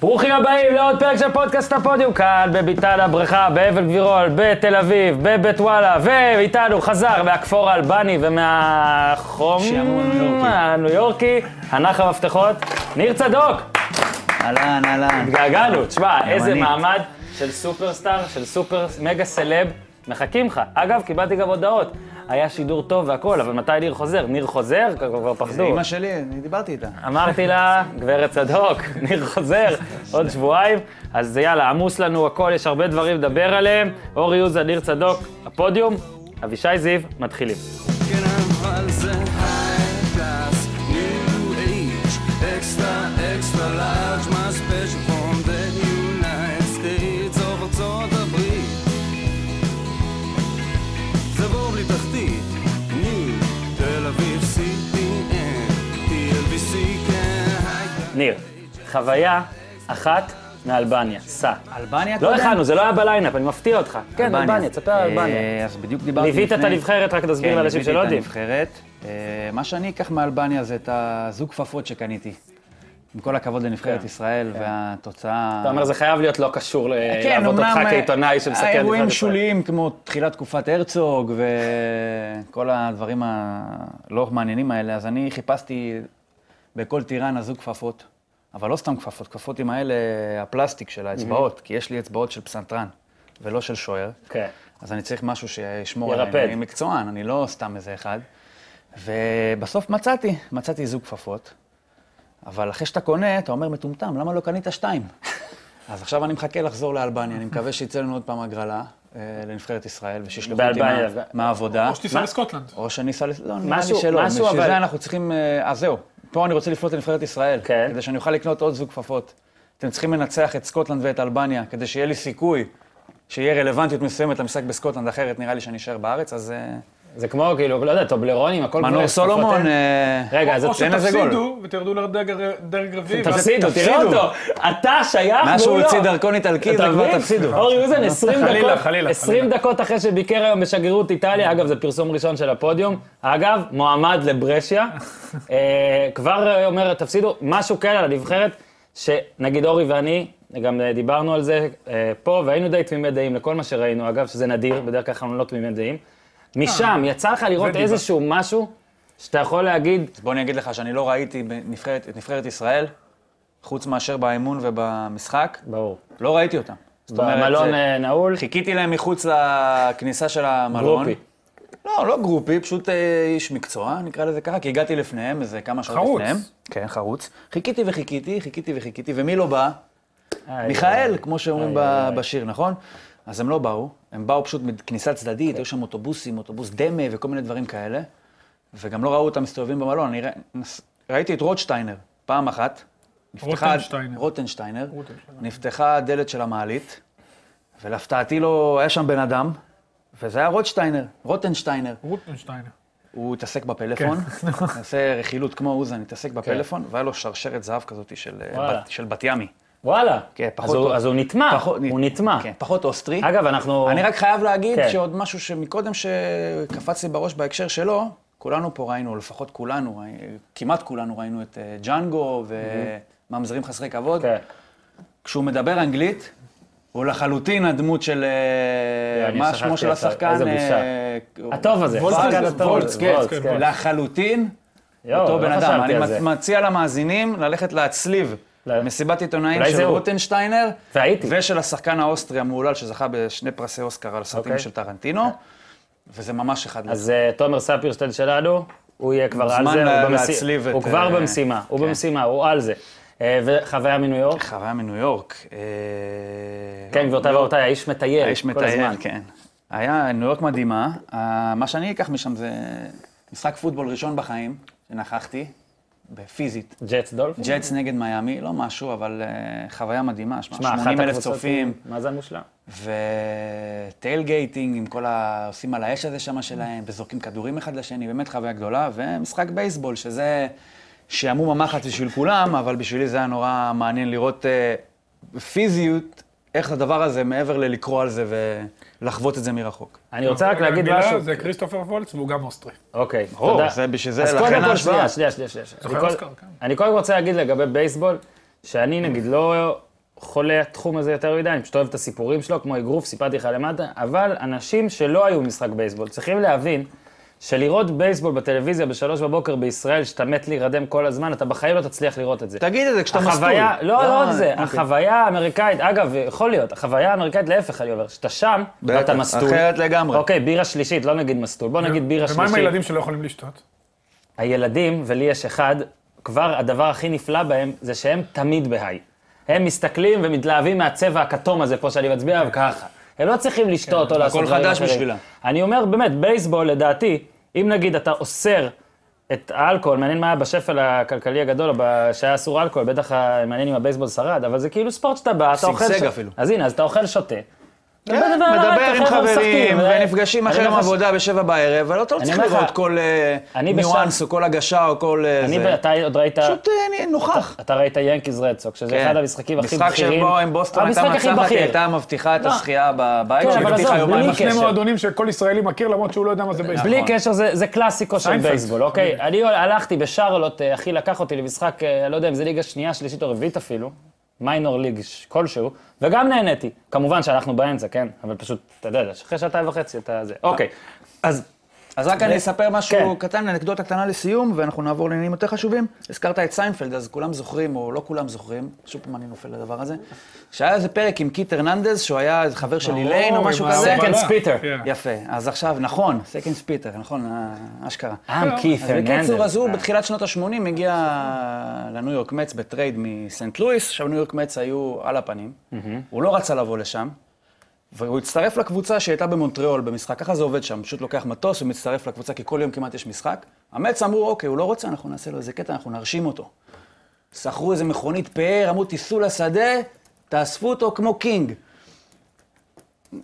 ברוכים הבאים לעוד פרק של פודקאסט הפודיום, כאן בביתן הבריכה, באבל גבירול, בתל אביב, בבית וואלה, ואיתנו חזר מהכפור האלבני ומהחום שיעמום הניו יורקי. הניו יורקי, הנח המפתחות, ניר צדוק. אהלן, אהלן. התגעגענו, תשמע, איזה ימנית. מעמד של סופרסטאר, של סופר מגה סלב, מחכים לך. אגב, קיבלתי גם הודעות, היה שידור טוב והכל, אבל מתי ניר חוזר? ניר חוזר? כבר- כבר זה פחדו. אימא שלי, אני דיברתי איתה. אמרתי לה, גברת צדוק, ניר חוזר עוד שבועיים, אז יאללה, עמוס לנו הכל, יש הרבה דברים לדבר עליהם. אורי יוזה, ניר צדוק, הפודיום, אבישי זיו, מתחילים. Can I'm Hansen high class, new age, extra, extra large, my special from the United States of ארצות הברית. זה בור בלי תחתית, ניו, תל אביב, CTN, TLBC, כן, היי ניר, חוויה אחת מאלבניה, סע. אלבניה לא קודם? הכנו, זה לא היה בליינאפ, אני מפתיע אותך. כן, אלבניה, תספר על אלבניה. אה, אז בדיוק דיברתי ליווית את לפני- הנבחרת, רק תסביר לאנשים שלא כן, יודעים. ליוויתי את הנבחרת. אה, מה שאני אקח מאלבניה זה את הזוג כפפות שקניתי. עם כל הכבוד לנבחרת ישראל והתוצאה... כן. אתה אומר, זה חייב להיות לא קשור ל- כן, לעבוד אותך אומנם, אה, כעיתונאי שמסקר את האירועים נבחרת ישראל. שוליים כמו תחילת תקופת הרצוג וכל הדברים הלא מעניינים האלה, אז אני חיפשתי בכל טירן הזוג כפפות, אבל לא סתם כפפות, כפפות עם האלה, הפלסטיק של האצבעות, כי יש לי אצבעות של פסנתרן ולא של שוער, כן. אז אני צריך משהו שישמור ירפד. עליי, אני מקצוען, אני לא סתם איזה אחד. ובסוף מצאתי, מצאתי זוג כפפות, אבל אחרי שאתה קונה, אתה אומר, מטומטם, למה לא קנית שתיים? אז עכשיו אני מחכה לחזור לאלבניה, אני מקווה שיצא לנו עוד פעם הגרלה אה, לנבחרת ישראל, ושישלחו אותי באלבניה, מה- ו- מהעבודה. או שתיסע לסקוטלנד. או שאני אסע, לס- לא, נראה לי משהו- שלא. משהו, בשביל אבל- זה אנחנו צריכים, אה, אז זהו, פה אני רוצה לפנות לנבחרת ישראל, כן. כדי שאני אוכל לקנות עוד זוג כפפות. אתם צריכים לנצח את סקוטלנד ואת אלבניה, כדי שיהיה לי סיכוי שיהיה רלוונטיות מסוימת למשחק בסקוטלנד, אחרת נראה לי שאני אשאר בארץ, אז... אה, זה כמו, כאילו, לא יודע, טובלרונים, הכל... מנור כמו- סולומון, אה, כן. רגע, אז או תן איזה גול. שתפסידו ותרדו לדרג הר- דרג רביעי. ואז- תפסידו, תראה תפסידו. אותו. אתה שייך והוא לא. מאז שהוא הוציא דרכון איטלקי, זה אתה כבר מבין? לא. תפסידו. אורי אוזן 20 דקות, חלילה, חלילה, 20 דקות אחרי שביקר היום בשגרירות איטליה, אגב, זה פרסום ראשון של הפודיום. אגב, מועמד לברשיה. אה, כבר אה, אומר, תפסידו, משהו כן על הנבחרת, שנגיד אורי ואני, גם אה, דיברנו על זה אה, פה, והיינו די תמימי דעים לכל מה שראינו, אגב, שזה נדיר, בדרך כלל אנחנו לא תמימי דעים. אה, משם, יצא לך לראות ודיבר. איזשהו משהו שאתה יכול להגיד, בוא אני אגיד לך שאני לא ראיתי בנבחרת- את נבחרת ישראל, חוץ מאשר באימון ובמשחק, ברור, לא ראיתי אותם. זאת אומרת, במלון זה- אה, נעול, חיכיתי להם מחוץ לכניסה של המלון. גרופי. לא, לא גרופי, פשוט אה, איש מקצוע, נקרא לזה ככה, כי הגעתי לפניהם, איזה כמה שעות חרוץ. לפניהם. כן, חרוץ. חיכיתי וחיכיתי, חיכיתי וחיכיתי, ומי לא בא? אה, איי, מיכאל, כמו שאומרים איי, ב- איי. בשיר, נכון? אז הם לא באו, הם באו פשוט מכניסה כן. צדדית, היו שם אוטובוסים, אוטובוס דמה וכל מיני דברים כאלה, וגם לא ראו אותם מסתובבים במלון. אני רא- נס- ראיתי את רוטשטיינר פעם אחת. נפתחה- רוטנשטיינר. רוטנשטיינר. רוטנשטיינר. נפתחה הדלת של המעלית, ולהפתעתי לו, היה שם בן אדם, וזה היה רוטשטיינר, רוטנשטיינר. רוטנשטיינר. הוא התעסק בפלאפון, כן. עושה רכילות כמו אוזן, התעסק בפלאפון, והיה לו שרשרת זהב כזאת של, אה, וואלה. בת- של בת ימי. וואלה. כן, פחות אז הוא- טוב. אז הוא נטמע, פחות- אה, הוא נטמע. כן, פחות אוסטרי. אגב, אנחנו... אני רק חייב להגיד כן. שעוד משהו שמקודם שקפץ לי בראש בהקשר שלו, כולנו פה ראינו, או לפחות כולנו, אה, כמעט כולנו ראינו את אה, ג'אנגו וממזרים חסרי כבוד. כן. כשהוא מדבר אנגלית, הוא לחלוטין הדמות של... אה, כן, אני מה שכחתי שמו של עכשיו, השחקן? איזה בושה. אה, הטוב הזה, וולץ, השחקן וולץ, הטוב. וולץ, כן. וולץ, כן. לחלוטין יואו, אותו לא בן אדם. חשבתי אני על מצ- זה. מציע למאזינים ללכת להצליב ל- מסיבת עיתונאים אולי זה של הוא. רוטנשטיינר. והייתי. ושל השחקן האוסטרי המהולל שזכה בשני פרסי אוסקר על סרטים אוקיי. של טרנטינו. וזה ממש אחד אז אה, תומר ספירשטיין שלנו, הוא יהיה כבר על מוזמן זה, לה- הוא במסי- להצליב את, הוא כבר אה, במשימה, הוא כן. במשימה, הוא על זה. אה, וחוויה מניו יורק, חוויה מניו יורק. אה, לא, כן, גבירותיי ורבותיי, האיש מטייל, האיש כל מטייל, הזמן. כן. היה ניו יורק מדהימה. אה, מה שאני אקח משם זה משחק פוטבול ראשון בחיים, שנכחתי, בפיזית. ג'טס דולפין? ג'טס נגד מיאמי, לא משהו, אבל אה, חוויה מדהימה, שמע, שמע, אחת 80 אלף הקבוצות- צופים, מה זה המושלם? וטיילגייטינג עם כל ה... עושים על האש הזה שם שלהם, וזורקים כדורים אחד לשני, באמת חוויה גדולה, ומשחק בייסבול, שזה שעמום המחץ בשביל כולם, אבל בשבילי זה היה נורא מעניין לראות אה, פיזיות, איך הדבר הזה, מעבר ללקרוא על זה ולחוות את זה מרחוק. אני רוצה רק להגיד לא מילה, משהו. זה כריסטופר וולץ והוא גם אוסטרי. אוקיי, ברור, תודה. זה בשביל זה, אז לכן קודם כל, שנייה, ההשוואה. שנייה, שנייה. שנייה. אני זוכר קודם- אוסקר, כן. אני קודם רוצה להגיד לגבי בייסבול, שאני נגיד לא חולה התחום הזה יותר מדי, אני פשוט אוהב את הסיפורים שלו, כמו אגרוף, סיפרתי לך למטה, אבל אנשים שלא היו במשחק בייסבול צריכים להבין שלראות בייסבול בטלוויזיה בשלוש בבוקר בישראל, שאתה מת להירדם כל הזמן, אתה בחיים לא תצליח לראות את זה. תגיד את זה כשאתה מסטול. החוויה, לא, לא רק זה, אוקיי. החוויה האמריקאית, אגב, יכול להיות, החוויה האמריקאית להפך, אני אומר, שאתה שם, בטח, ואתה מסטול. אחרת לגמרי. אוקיי, בירה שלישית, לא נגיד מסטול, בוא נגיד בירה שלישית. ומה עם הילדים שלא יכולים לשתות? הילדים, ולי יש אחד, כבר הדבר הכי נפלא בהם, זה שהם תמיד בהיי. הם מסתכלים ומתלהבים מהצבע הכתום הזה פה שאני מצביע עליו ככה. הם לא צריכים לשתות או לעשות כן, הכל דברים חדש אחרים. בשבילם. אני אומר, באמת, בייסבול, לדעתי, אם נגיד אתה אוסר את האלכוהול, מעניין מה היה בשפל הכלכלי הגדול, או ב- שהיה אסור אלכוהול, בטח ה- מעניין אם הבייסבול שרד, אבל זה כאילו ספורט שאתה בא, אתה אוכל... שגשג ש- אפילו. אז הנה, אז אתה אוכל, שותה. כן, אתה מדבר עם אתה חבר'ה חברים, משחקים, ונפגשים אני לא אחרי יום אומר לך ש- עבודה בשבע בערב, אבל אתה לא צריך אומר לך, לראות כל אה, אני בשם- ניואנס או כל הגשה או כל אה, אני, זה. אתה עוד ראית... פשוט אה, אני נוכח. אתה ראית ינקיז רדסוק, שזה כן. אחד המשחקים הכי בכירים. משחק שבו אם בוסטון הייתה המשחק הכי מנצחת, היא בכיר. הייתה מבטיחה את לא. הזכייה ב- בית, כן, שהיא אבל הבטיחה עזוב, יומיים בלי אחרי. שני קשר. מועדונים שכל ישראלי מכיר, למרות שהוא לא יודע מה זה בייסבול. בלי נכון. קשר, זה, זה קלאסיקו של סיינפלד. בייסבול, אוקיי? אני הלכתי בשרלוט, אה, אחי לקח אותי למשחק, אה, לא יודע אם זה ליגה שנייה, שלישית או רביעית אפילו, מיינור ליג ש- כלשהו, וגם נהניתי. כמובן שאנחנו באמצע, כן? אבל פשוט, אתה יודע, אחרי שעתיים וחצי אתה זה. אוקיי, אז אז רק אני אספר כן. משהו קטן, אנקדוטה קטנה לסיום, ואנחנו נעבור לעניינים יותר חשובים. הזכרת את סיינפלד, אז כולם זוכרים, או לא כולם זוכרים, שוב פעם אני נופל לדבר הזה, שהיה איזה פרק עם קיט הרננדז, שהוא היה איזה חבר של איליין או עם משהו ה- כזה. Second ההובלה. Spitter. כן. יפה, אז עכשיו, נכון, סקנד ספיטר, נכון, אה, אשכרה. עם כית' אז בקיצור, אז הרננדז. הוא בתחילת שנות ה-80 הגיע לניו יורק מצ בטרייד מסנט לואיס, עכשיו ניו יורק מצ היו על הפנים, הוא לא רצה לבוא לשם, והוא הצטרף לקבוצה שהייתה במונטריאול במשחק, ככה זה עובד שם, פשוט לוקח מטוס ומצטרף לקבוצה, כי כל יום כמעט יש משחק. המץ אמרו, אוקיי, הוא לא רוצה, אנחנו נעשה לו איזה קטע, אנחנו נרשים אותו. שכרו איזה מכונית פאר, אמרו, תיסעו לשדה, תאספו אותו כמו קינג.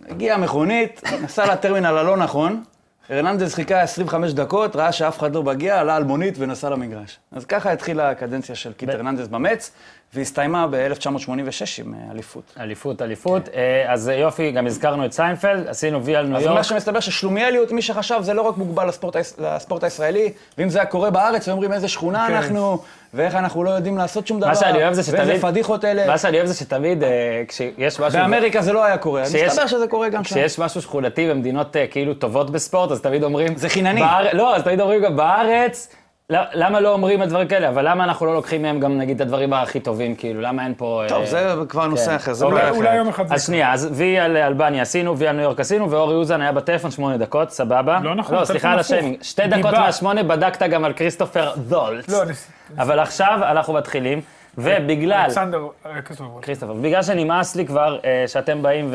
הגיעה המכונית, נסע לטרמינל הלא נכון, הרננדז חיכה 25 דקות, ראה שאף אחד לא מגיע, עלה על מונית ונסע למגרש. אז ככה התחילה הקדנציה של קיט הרננדז במץ, והסתיימה ב-1986 עם אה, אליפות. אליפות, אליפות. אה, אז יופי, גם הזכרנו את סיינפלד, עשינו וי על ניו אז מה יורק. שמסתבר ששלומיאליות, מי שחשב, זה לא רק מוגבל לספורט, היש- לספורט הישראלי, ואם זה היה קורה בארץ, היו אומרים איזה שכונה כן. אנחנו, ואיך אנחנו לא יודעים לעשות שום דבר, מה שאני אוהב זה ואיזה שתמיד... פדיחות אלה. מה שאני אוהב זה שתמיד, אה, כשיש משהו... באמריקה זה לא היה קורה, אז כשיש- מסתבר שזה קורה כן. גם שם. כשיש משהו שכונתי במדינות אה, כאילו טובות בספורט, אז תמיד אומרים... זה חינני. באר... לא, אז תמיד אומרים גם בארץ, לא, למה לא אומרים הדברים כאלה, אבל למה אנחנו לא לוקחים מהם גם נגיד את הדברים הכי טובים, כאילו, למה אין פה... אה, טוב, זה כבר נושא כן. אחר, זה לא אוקיי. אולי אולי יום אחד זה אז שנייה, אז וי על אלבניה עשינו, וי על ניו יורק עשינו, ואורי אוזן היה בטלפון שמונה דקות, סבבה? לא נכון, לא, סליחה על טלפון הפוך. השיימינג. שתי דקות דיבה. מהשמונה בדקת גם על כריסטופר דולץ. לא, אה, נס- אבל עכשיו אנחנו מתחילים, ובגלל... אלכסנדר, אה, כסלובול. כריסטופר, בגלל שנמאס לי כבר אה, שאתם באים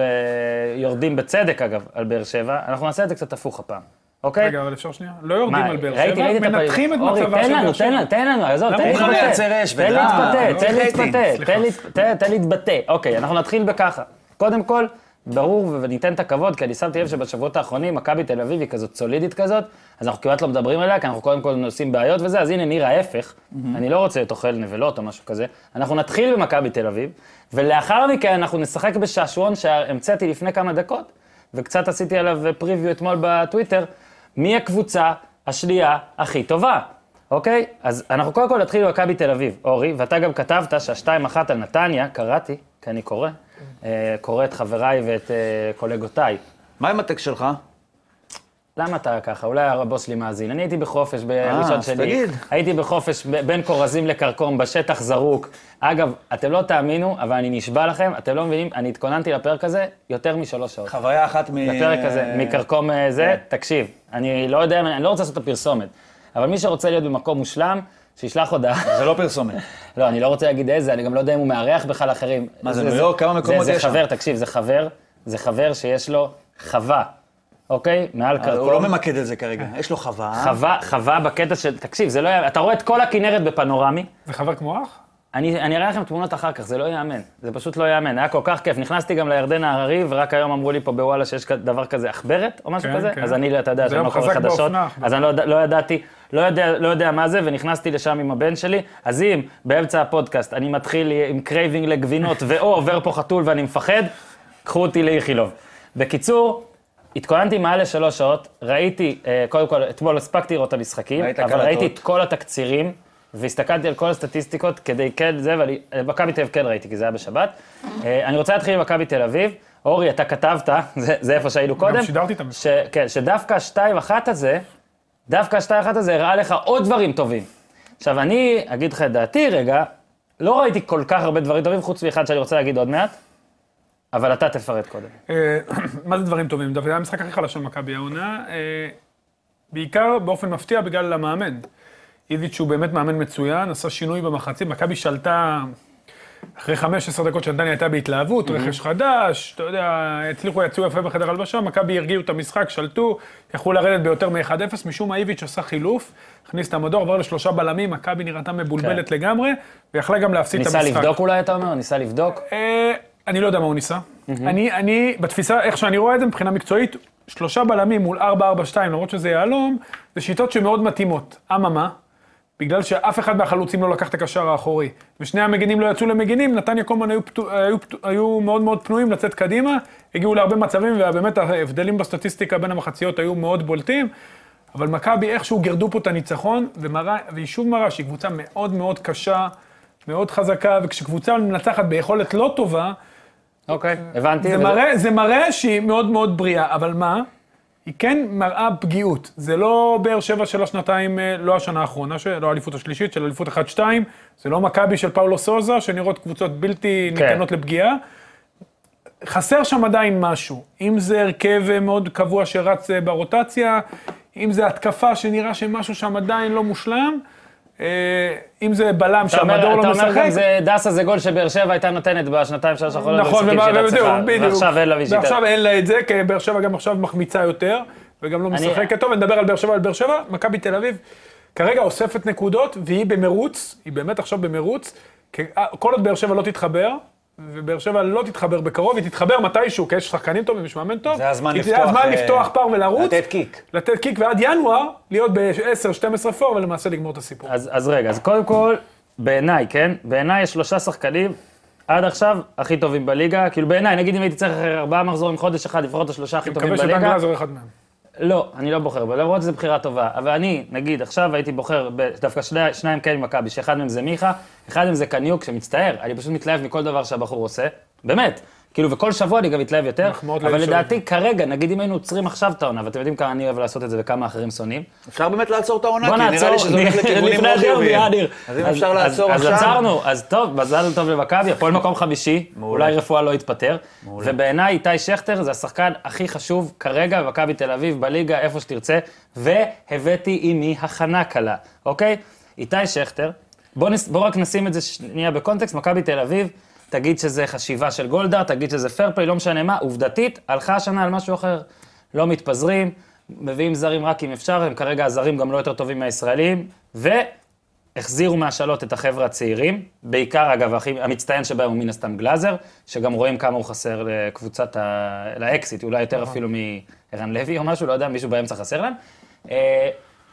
ויורדים בצדק, אגב, על באר שבע, אנחנו נעשה את זה קצת הפוך הפעם, אוקיי? רגע, אבל אפשר שנייה? לא יורדים מה, על באר ראיתי, ראיתי שבע, את הפ- מנתחים את אורי, מצבה של תן באר לנו, תן שבע. לנו, תן לנו, עזוב, למה לא, תן הוא חייב להתבטא, לייצר אש תן ודרמה? להתבטא, לא תן חייתי, להתבטא, סליחה. תן להת- תן- תן להתבטא. אוקיי, אנחנו נתחיל בככה. קודם כל, ברור וניתן את הכבוד, כי אני שמתי לב שבשבועות האחרונים מכבי תל אביב היא כזאת סולידית כזאת, אז אנחנו כמעט לא מדברים עליה, כי אנחנו קודם כל עושים בעיות וזה, אז הנה ניר ההפך, אני לא רוצה לתאכל נבלות או משהו כזה, אנחנו נתחיל במכבי תל אביב, ולאחר מכן אנחנו נשחק בשעשועון שהמצאתי לפני כמה דקות, וקצת עשיתי עליו פריוויו אתמול בטוויטר, מי הקבוצה השנייה הכי טובה, אוקיי? אז אנחנו קודם כל נתחיל במכבי תל אביב, אורי, ואתה גם כתבת שהשתיים אחת על נתניה, קראתי, כי אני קורא, כן. אה, קורא את חבריי ואת אה, קולגותיי. מה עם הטקסט שלך? למה אתה ככה? אולי הבוס שלי מאזין. אני הייתי בחופש בראשון אה, אז שלי. תגיד. הייתי בחופש ב- בין כורזים לכרכום, בשטח זרוק. אגב, אתם לא תאמינו, אבל אני נשבע לכם, אתם לא מבינים, אני התכוננתי לפרק הזה יותר משלוש שעות. חוויה אחת מ... הפרק הזה, מקרקום אה, זה, כן. תקשיב, אני לא יודע, אם- אני לא רוצה לעשות את הפרסומת, אבל מי שרוצה להיות במקום מושלם, שישלח הודעה. זה לא פרסומת. לא, אני לא רוצה להגיד איזה, אני גם לא יודע אם הוא מארח בכלל אחרים. מה זה, ניו יורק? כמה מקומות זה- יש שם? זה חבר, תקשיב, זה חבר, זה חבר שיש לו חווה, אוקיי? מעל קרקום. הוא לא ממקד את זה כרגע, יש לו חווה. אה. חווה, חווה בקטע של, תקשיב, זה לא יאמן, אתה רואה את כל הכנרת בפנורמי, זה חבר כמו אח? אני, אני אראה לכם תמונות אחר כך, זה לא ייאמן, זה פשוט לא ייאמן, היה כל כך כיף. נכנסתי גם לירדן ההררי, ורק היום אמרו לי פה בוואלה שיש כ- דבר כזה עכברת, או משהו כן, כזה, כן. אז אני, לא- אתה יודע, זה שאני היום לא קורא חזק חדשות, באופנה. אז אני לא, יודע- לא ידעתי, לא יודע, לא יודע מה זה, ונכנסתי לשם עם הבן שלי, אז אם באמצע הפודקאסט אני מתחיל עם קרייבינג לגבינות, ואו עובר פה חתול ואני מפחד, קחו אותי לאיכילוב. בקיצור, התכוננתי מעל לשלוש שעות, ראיתי, אה, קודם כל, אתמול הספקתי לראות את המשחקים, ראית אבל קלטות. ראיתי את כל התקצירים, והסתכלתי על כל הסטטיסטיקות כדי כן זה, ואני, מכבי תל אביב כן ראיתי, כי זה היה בשבת. אה, אני רוצה להתחיל עם מכבי תל אביב. אורי, אתה כתבת, זה, זה איפה שהיינו קודם. שידרתי את המשחק. ש, כן, שדווקא השתיים אחת הזה, דווקא השתיים אחת הזה הראה לך עוד דברים טובים. עכשיו, אני אגיד לך את דעתי רגע, לא ראיתי כל כך הרבה דברים טובים, חוץ מאחד שאני רוצה להגיד עוד מעט, אבל אתה תפרט קודם. אה, מה זה דברים טובים? דווקא זה המשחק הכי חלש של מכבי העונה, אה, בעיקר באופן מפתיע בגלל המאמן. איביץ' הוא באמת מאמן מצוין, עשה שינוי במחצית, מכבי שלטה, אחרי 15 דקות שנתניה הייתה בהתלהבות, רכש חדש, אתה יודע, הצליחו, יצאו יפה בחדר הלבשה, מכבי הרגיעו את המשחק, שלטו, יכלו לרדת ביותר מ-1-0, משום מה איביץ' עשה חילוף, הכניס את המדור, עבר לשלושה בלמים, מכבי נראתה מבולבלת לגמרי, ויכלה גם להפסיד את כן. ניסה המשחק. לבדוק אולי, אתה אומר? ניסה לבדוק? אה, אני לא יודע מה הוא ניסה. אני, אני, בתפיסה, איך שאני רואה את זה מבחינה מקצועית, שלושה בלמים מול 4-4-2, למרות שזה יהלום, זה שיטות שמאוד מתאימות. אממה, בגלל שאף אחד מהחלוצים לא לקח את הקשר האחורי, ושני המגנים לא יצאו למגנים, נתניה כל הזמן היו, פתו- היו, פתו- היו מאוד מאוד פנויים לצאת קדימה, הגיעו להרבה מצבים, ובאמת ההבדלים בסטטיסטיקה בין המחציות היו מאוד בולטים. אבל מכבי איכשהו גירדו פה את הניצחון, ומראה, והיא שוב מראה שהיא קבוצה מאוד מאוד קשה, מאוד חזקה, וכשקבוצה מנצחת ביכולת לא טובה, אוקיי, הבנתי. זה וזה- מראה, זה מראה שהיא מאוד מאוד בריאה, אבל מה? היא כן מראה פגיעות. זה לא באר שבע של השנתיים, אה, לא השנה האחרונה, של- לא האליפות השלישית, של אליפות 1-2, זה לא מכבי של פאולו סוזה, שנראות קבוצות בלתי כן. ניתנות לפגיעה. חסר שם עדיין משהו, אם זה הרכב אה, מאוד קבוע שרץ אה, ברוטציה, אם זה התקפה שנראה שמשהו שם עדיין לא מושלם, אה, אם זה בלם אתה אומר- שהמדור לא אתה אומר גם משחק. זה, דסה זה גול שבאר שבע הייתה נותנת בשנתיים שלוש האחרונות. נכון, במשחקים שהיא ובא- הייתה וזהו, צריכה, בדיוק. ועכשיו אין לה מי שייתן. ועכשיו אין לה את זה, כי באר שבע גם עכשיו מחמיצה יותר, וגם לא אני- משחקת טוב, נדבר על באר שבע, על באר שבע, מכבי תל אביב כרגע אוספת נקודות, והיא במרוץ, היא באמת עכשיו במרוץ, כי- אה, כל עוד באר שבע לא תתחבר, ובאר שבע לא תתחבר בקרוב, היא תתחבר מתישהו, כי יש שחקנים טובים, יש מאמן טוב. זה הזמן היא- לפתוח, זה הזמן אה, לפתוח פער ולרוץ. לתת קיק. לתת קיק, ועד ינואר, להיות ב-10-12 פור, ולמעשה לגמור את הסיפור. אז, אז רגע, אז קודם כל, בעיניי, כן? בעיניי יש שלושה שחקנים עד עכשיו הכי טובים בליגה. כאילו בעיניי, נגיד אם הייתי צריך אחרי ארבעה מחזורים חודש אחד לבחור את השלושה הכי טובים מקווה בליגה. שבנגלה זו אחד מהם. לא, אני לא בוחר בו, למרות שזו בחירה טובה. אבל אני, נגיד, עכשיו הייתי בוחר ב- דווקא שני, שניים כן ממכבי, שאחד מהם זה מיכה, אחד מהם זה קניוק, שמצטער, אני פשוט מתלהב מכל דבר שהבחור עושה, באמת. כאילו, וכל שבוע אני גם מתלהב יותר, מחמאות לא אבל לאיש לדעתי כרגע, נגיד אם היינו עוצרים עכשיו את העונה, ואתם יודעים כמה אני אוהב לעשות את זה וכמה אחרים שונאים, אפשר באמת לעצור את העונה, בוא אה, כי נראה לי נעצור, שזה הולך לכיוונים לפני לא הדרבי, חיוביים. אה, ניר? אז אם אפשר לעצור אז- עכשיו... אז עצרנו, אז טוב, מזל טוב למכבי, הפועל מקום חמישי, מעולה. אולי רפואה לא יתפטר. ובעיניי איתי שכטר זה השחקן הכי חשוב כרגע במכבי תל אביב, בליגה, איפה שתרצה, והבאתי עימי הכנה קלה, אוקיי? איתי שכטר, בואו רק נשים את זה שנייה בקונטקסט, מכבי תל אביב. תגיד שזה חשיבה של גולדהר, תגיד שזה פייר פליי, לא משנה מה, עובדתית, הלכה השנה על משהו אחר. לא מתפזרים, מביאים זרים רק אם אפשר, הם כרגע הזרים גם לא יותר טובים מהישראלים, והחזירו מהשאלות את החבר'ה הצעירים, בעיקר אגב, הכי, המצטיין שבהם הוא מן הסתם גלאזר, שגם רואים כמה הוא חסר לקבוצת, ה... לאקסיט, אולי נכון. יותר אפילו מערן לוי או משהו, לא יודע, מישהו באמצע חסר להם. אה,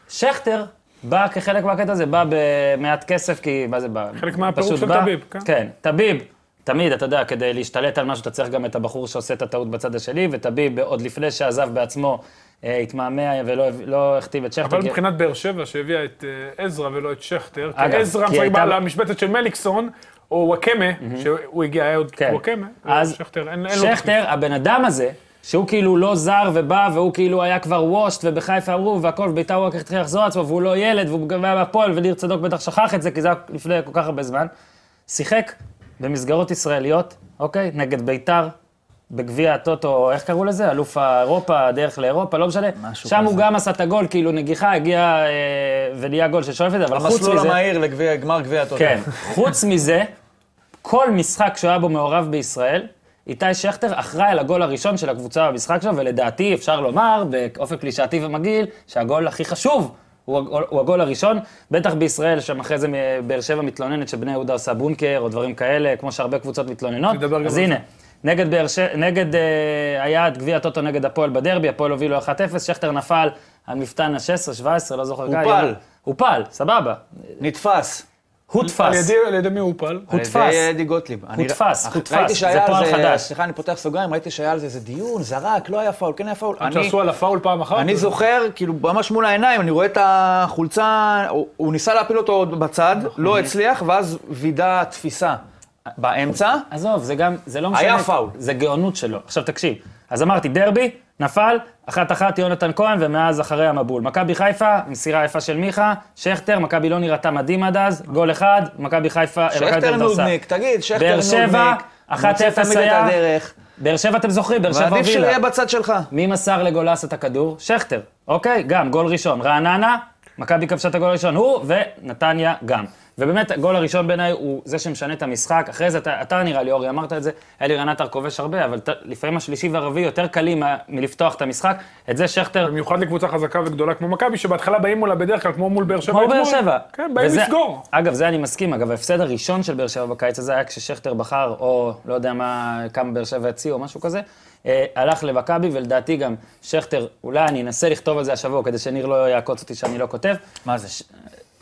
שכטר בא כחלק מהקטע הזה, בא במעט כסף, כי מה זה בא? חלק מהפירוק פשוט של בא- טביב, כן. כן, טביב, תמיד, אתה יודע, כדי להשתלט על משהו, אתה צריך גם את הבחור שעושה את הטעות בצד השני, וטביב, עוד לפני שעזב בעצמו, אה, התמהמה ולא לא הכתיב את שכטר. אבל מבחינת באר שבע, שהביאה את אה, עזרא ולא את שכטר, אגב, כי עזרא כי משחק הייתה- על המשבצת של מליקסון, או וואקמה, שהוא הגיע, היה עוד כן. וואקמה, אה, אז שכטר, אין אין לו... תחליף. שכטר, הבן אדם הזה, שהוא כאילו לא זר ובא, והוא כאילו היה כבר וושט, ובחיפה אמרו, והכל, וביתר הוא רק התחיל לחזור על עצמו, והוא לא ילד, והוא גם היה בהפועל, וניר צדוק בטח שכח את זה, כי זה היה לפני כל כך הרבה זמן. שיחק במסגרות ישראליות, אוקיי? נגד ביתר, בגביע הטוטו, איך קראו לזה? אלוף אירופה, הדרך לאירופה, לא משנה. משהו שם הוא כזה. גם עשה את הגול, כאילו נגיחה, הגיע אה, ונהיה גול של שואפת, אבל חוץ המסלול מזה... המהיר לגביע, גמר גביע התודה. כן. חוץ מזה, כל משחק שהוא היה בו מעורב בישראל, איתי שכטר אחראי על הגול הראשון של הקבוצה במשחק שלו, ולדעתי אפשר לומר, באופן קלישאתי ומגעיל, שהגול הכי חשוב הוא, הגול- הוא הגול הראשון, בטח בישראל, שם אחרי זה מ- באר שבע מתלוננת שבני יהודה עושה בונקר או דברים כאלה, כמו שהרבה קבוצות מתלוננות. נדבר גם אז על הנה, נגד באר שבע, נגד, אה, היה את גביע הטוטו נגד הפועל בדרבי, הפועל הובילו 1-0, שכטר נפל על מפתן ה-16, 17, לא זוכר. כמה, הופל. הופל, סבבה. נתפס. על הודפס. ידי- על ידי מי הוא הופל? על הודפס. ידי אדי גוטליב. אני- הודפס, אח- הודפס, ראיתי זה שהיה על פועל חדש. סליחה, אני פותח סוגריים, ראיתי שהיה על זה איזה דיון, זרק, לא היה פאול, כן היה פאול. עד אני- שעשו עליו פאול פעם אחת? אני זוכר, כאילו, ממש מול העיניים, אני רואה את החולצה, הוא, הוא ניסה להפיל אותו בצד, לא אוקיי. הצליח, ואז וידא תפיסה באמצע. עזוב, זה גם, זה לא משנה. היה פאול. זה גאונות שלו. עכשיו תקשיב, אז אמרתי, דרבי, נפל, אחת-אחת יונתן כהן, ומאז אחרי המבול. מכבי חיפה, מסירה יפה של מיכה, שכטר, מכבי לא נראתה מדהים עד אז, גול אחד, מכבי חיפה, מכבי תל שכטר אביב לא נודניק, דרסה. תגיד, שכטר באר נודניק. שבע, 1-0 מוצא תמיד היה. את הדרך. באר שבע אתם זוכרים, באר שבע הובילה. ועדיף שיהיה בצד שלך. מי מסר לגולס את הכדור? שכטר. אוקיי, גם, גול ראשון. רעננה, מכבי כבשה את הגול הראשון, הוא ונתניה גם. ובאמת, הגול הראשון בעיניי הוא זה שמשנה את המשחק. אחרי זה, אתה, אתה נראה לי, אורי, אמרת את זה, אלי רנטר כובש הרבה, אבל ת, לפעמים השלישי והרביעי יותר קלים מה- מלפתוח את המשחק. את זה שכטר... במיוחד לקבוצה חזקה וגדולה כמו מכבי, שבהתחלה באים מולה בדרך כלל, כמו מול באר שבע. כמו באר אתמול. שבע. כן, באים וזה- לסגור. אגב, זה אני מסכים. אגב, ההפסד הראשון של באר שבע בקיץ הזה היה כששכטר בחר, או לא יודע מה, כמה באר שבע הציעו, או משהו כזה. אה, הלך למכבי, ולדעתי גם שכטר, אולי אני אנסה לכתוב על זה השבוע, כדי שניר לא יעקוץ אותי שאני לא כותב, מה זה?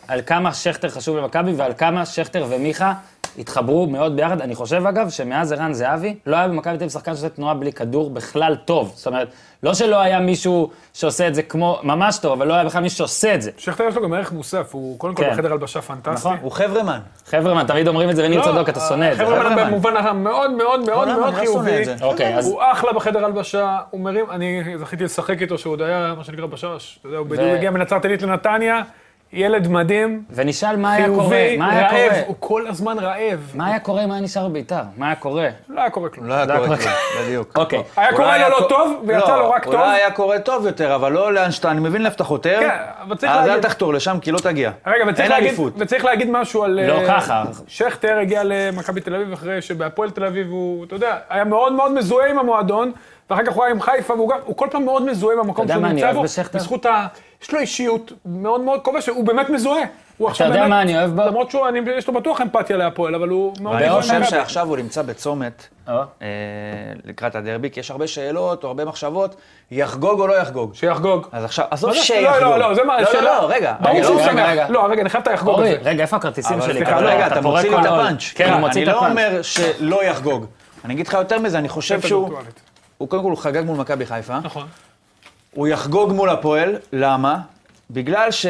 על כמה שכטר חשוב למכבי ועל כמה שכטר ומיכה התחברו מאוד ביחד. אני חושב, אגב, שמאז ערן זהבי, לא היה במכבי תל אביב שחקן שעושה תנועה בלי כדור בכלל טוב. זאת אומרת, לא שלא היה מישהו שעושה את זה כמו, ממש טוב, אבל לא היה בכלל מישהו שעושה את זה. שכטר יש לו גם ערך מוסף, הוא קודם כל כן. בחדר הלבשה פנטסטי. נכון. הוא חברמן. חבר'ה, תמיד אומרים את זה וניר לא, צדוק, אתה שונא את זה. חברמן חברמן. במובן המאוד מאוד מאוד למה? אני מאוד לא שונא חיובי. את זה. אוקיי, אז- הוא אחלה בחדר הלבשה, הוא מרים, אני זכיתי לשחק איתו שהוא עוד היה, מה שנקרא, בשש. אתה יודע, הוא בדיוק הגיע מנצרת עילית לנתניה, ילד מדהים, ונשאל מה היה קורה, חיובי, מה היה רעב, קורה, הוא כל הזמן רעב. מה היה קורה אם היה נשאר בביתר, מה היה קורה. לא היה קורה כלום. לא היה לא קורה היה כלום, בדיוק. אוקיי, היה אולי קורה לו לא קו- טוב, ויצא לא, לו רק טוב. אולי היה קורה טוב יותר, אבל לא לאן שאתה, אני מבין לאן אתה חותר. כן, אבל צריך אז אל להגיד- תחתור לשם, כי לא תגיע. רגע, אבל צריך אין להגיד- אליפות. וצריך להגיד משהו על... לא אה, ככה. שכטר הגיע למכבי תל אביב אחרי שבהפועל תל אביב הוא, אתה יודע, היה מאוד מאוד מזוהה עם המועדון, ואחר כך הוא היה עם חיפה, והוא גם, הוא כל פעם מאוד מזוהה עם המקום יודע שהוא מה אני נמצא אוהב בו. בשכטר? בזכות ה... יש לו אישיות מאוד מאוד כובשת, הוא באמת מזוהה. הוא עכשיו יודע באמת- מה אני אוהב בו? למרות שהוא, אני- יש לו בטוח אמפתיה להפועל, אבל הוא מאוד אני מזוהה עם חושב מכבי. שעכשיו הוא נמצא בצומת או. אה, לקראת הדרבי, כי יש הרבה שאלות או הרבה מחשבות, יחגוג או לא יחגוג. שיחגוג. אז עכשיו, עזוב מה זה- שיחגוג. לא, לא, לא, זה מה, לא, השאלה- לא, לא, רגע. אני ברור לא- שהוא רגע, שמח. רגע. לא, רגע, אני חייב את היחגוג אורי, הזה. רגע, איפה הכרטיסים אבל שלי? סליחה, רגע, אתה פורק מוציא לי כל את עוד. הפאנץ'. כן, הוא מוציא את אני לא הפאנץ'. אומר שלא יחגוג. אני אגיד לך יותר מזה, אני חושב שהוא... הוא קודם כל הוא חגג מול מכבי חיפה. כן, נכון. הוא יחגוג מול הפועל, למה? בגלל ש...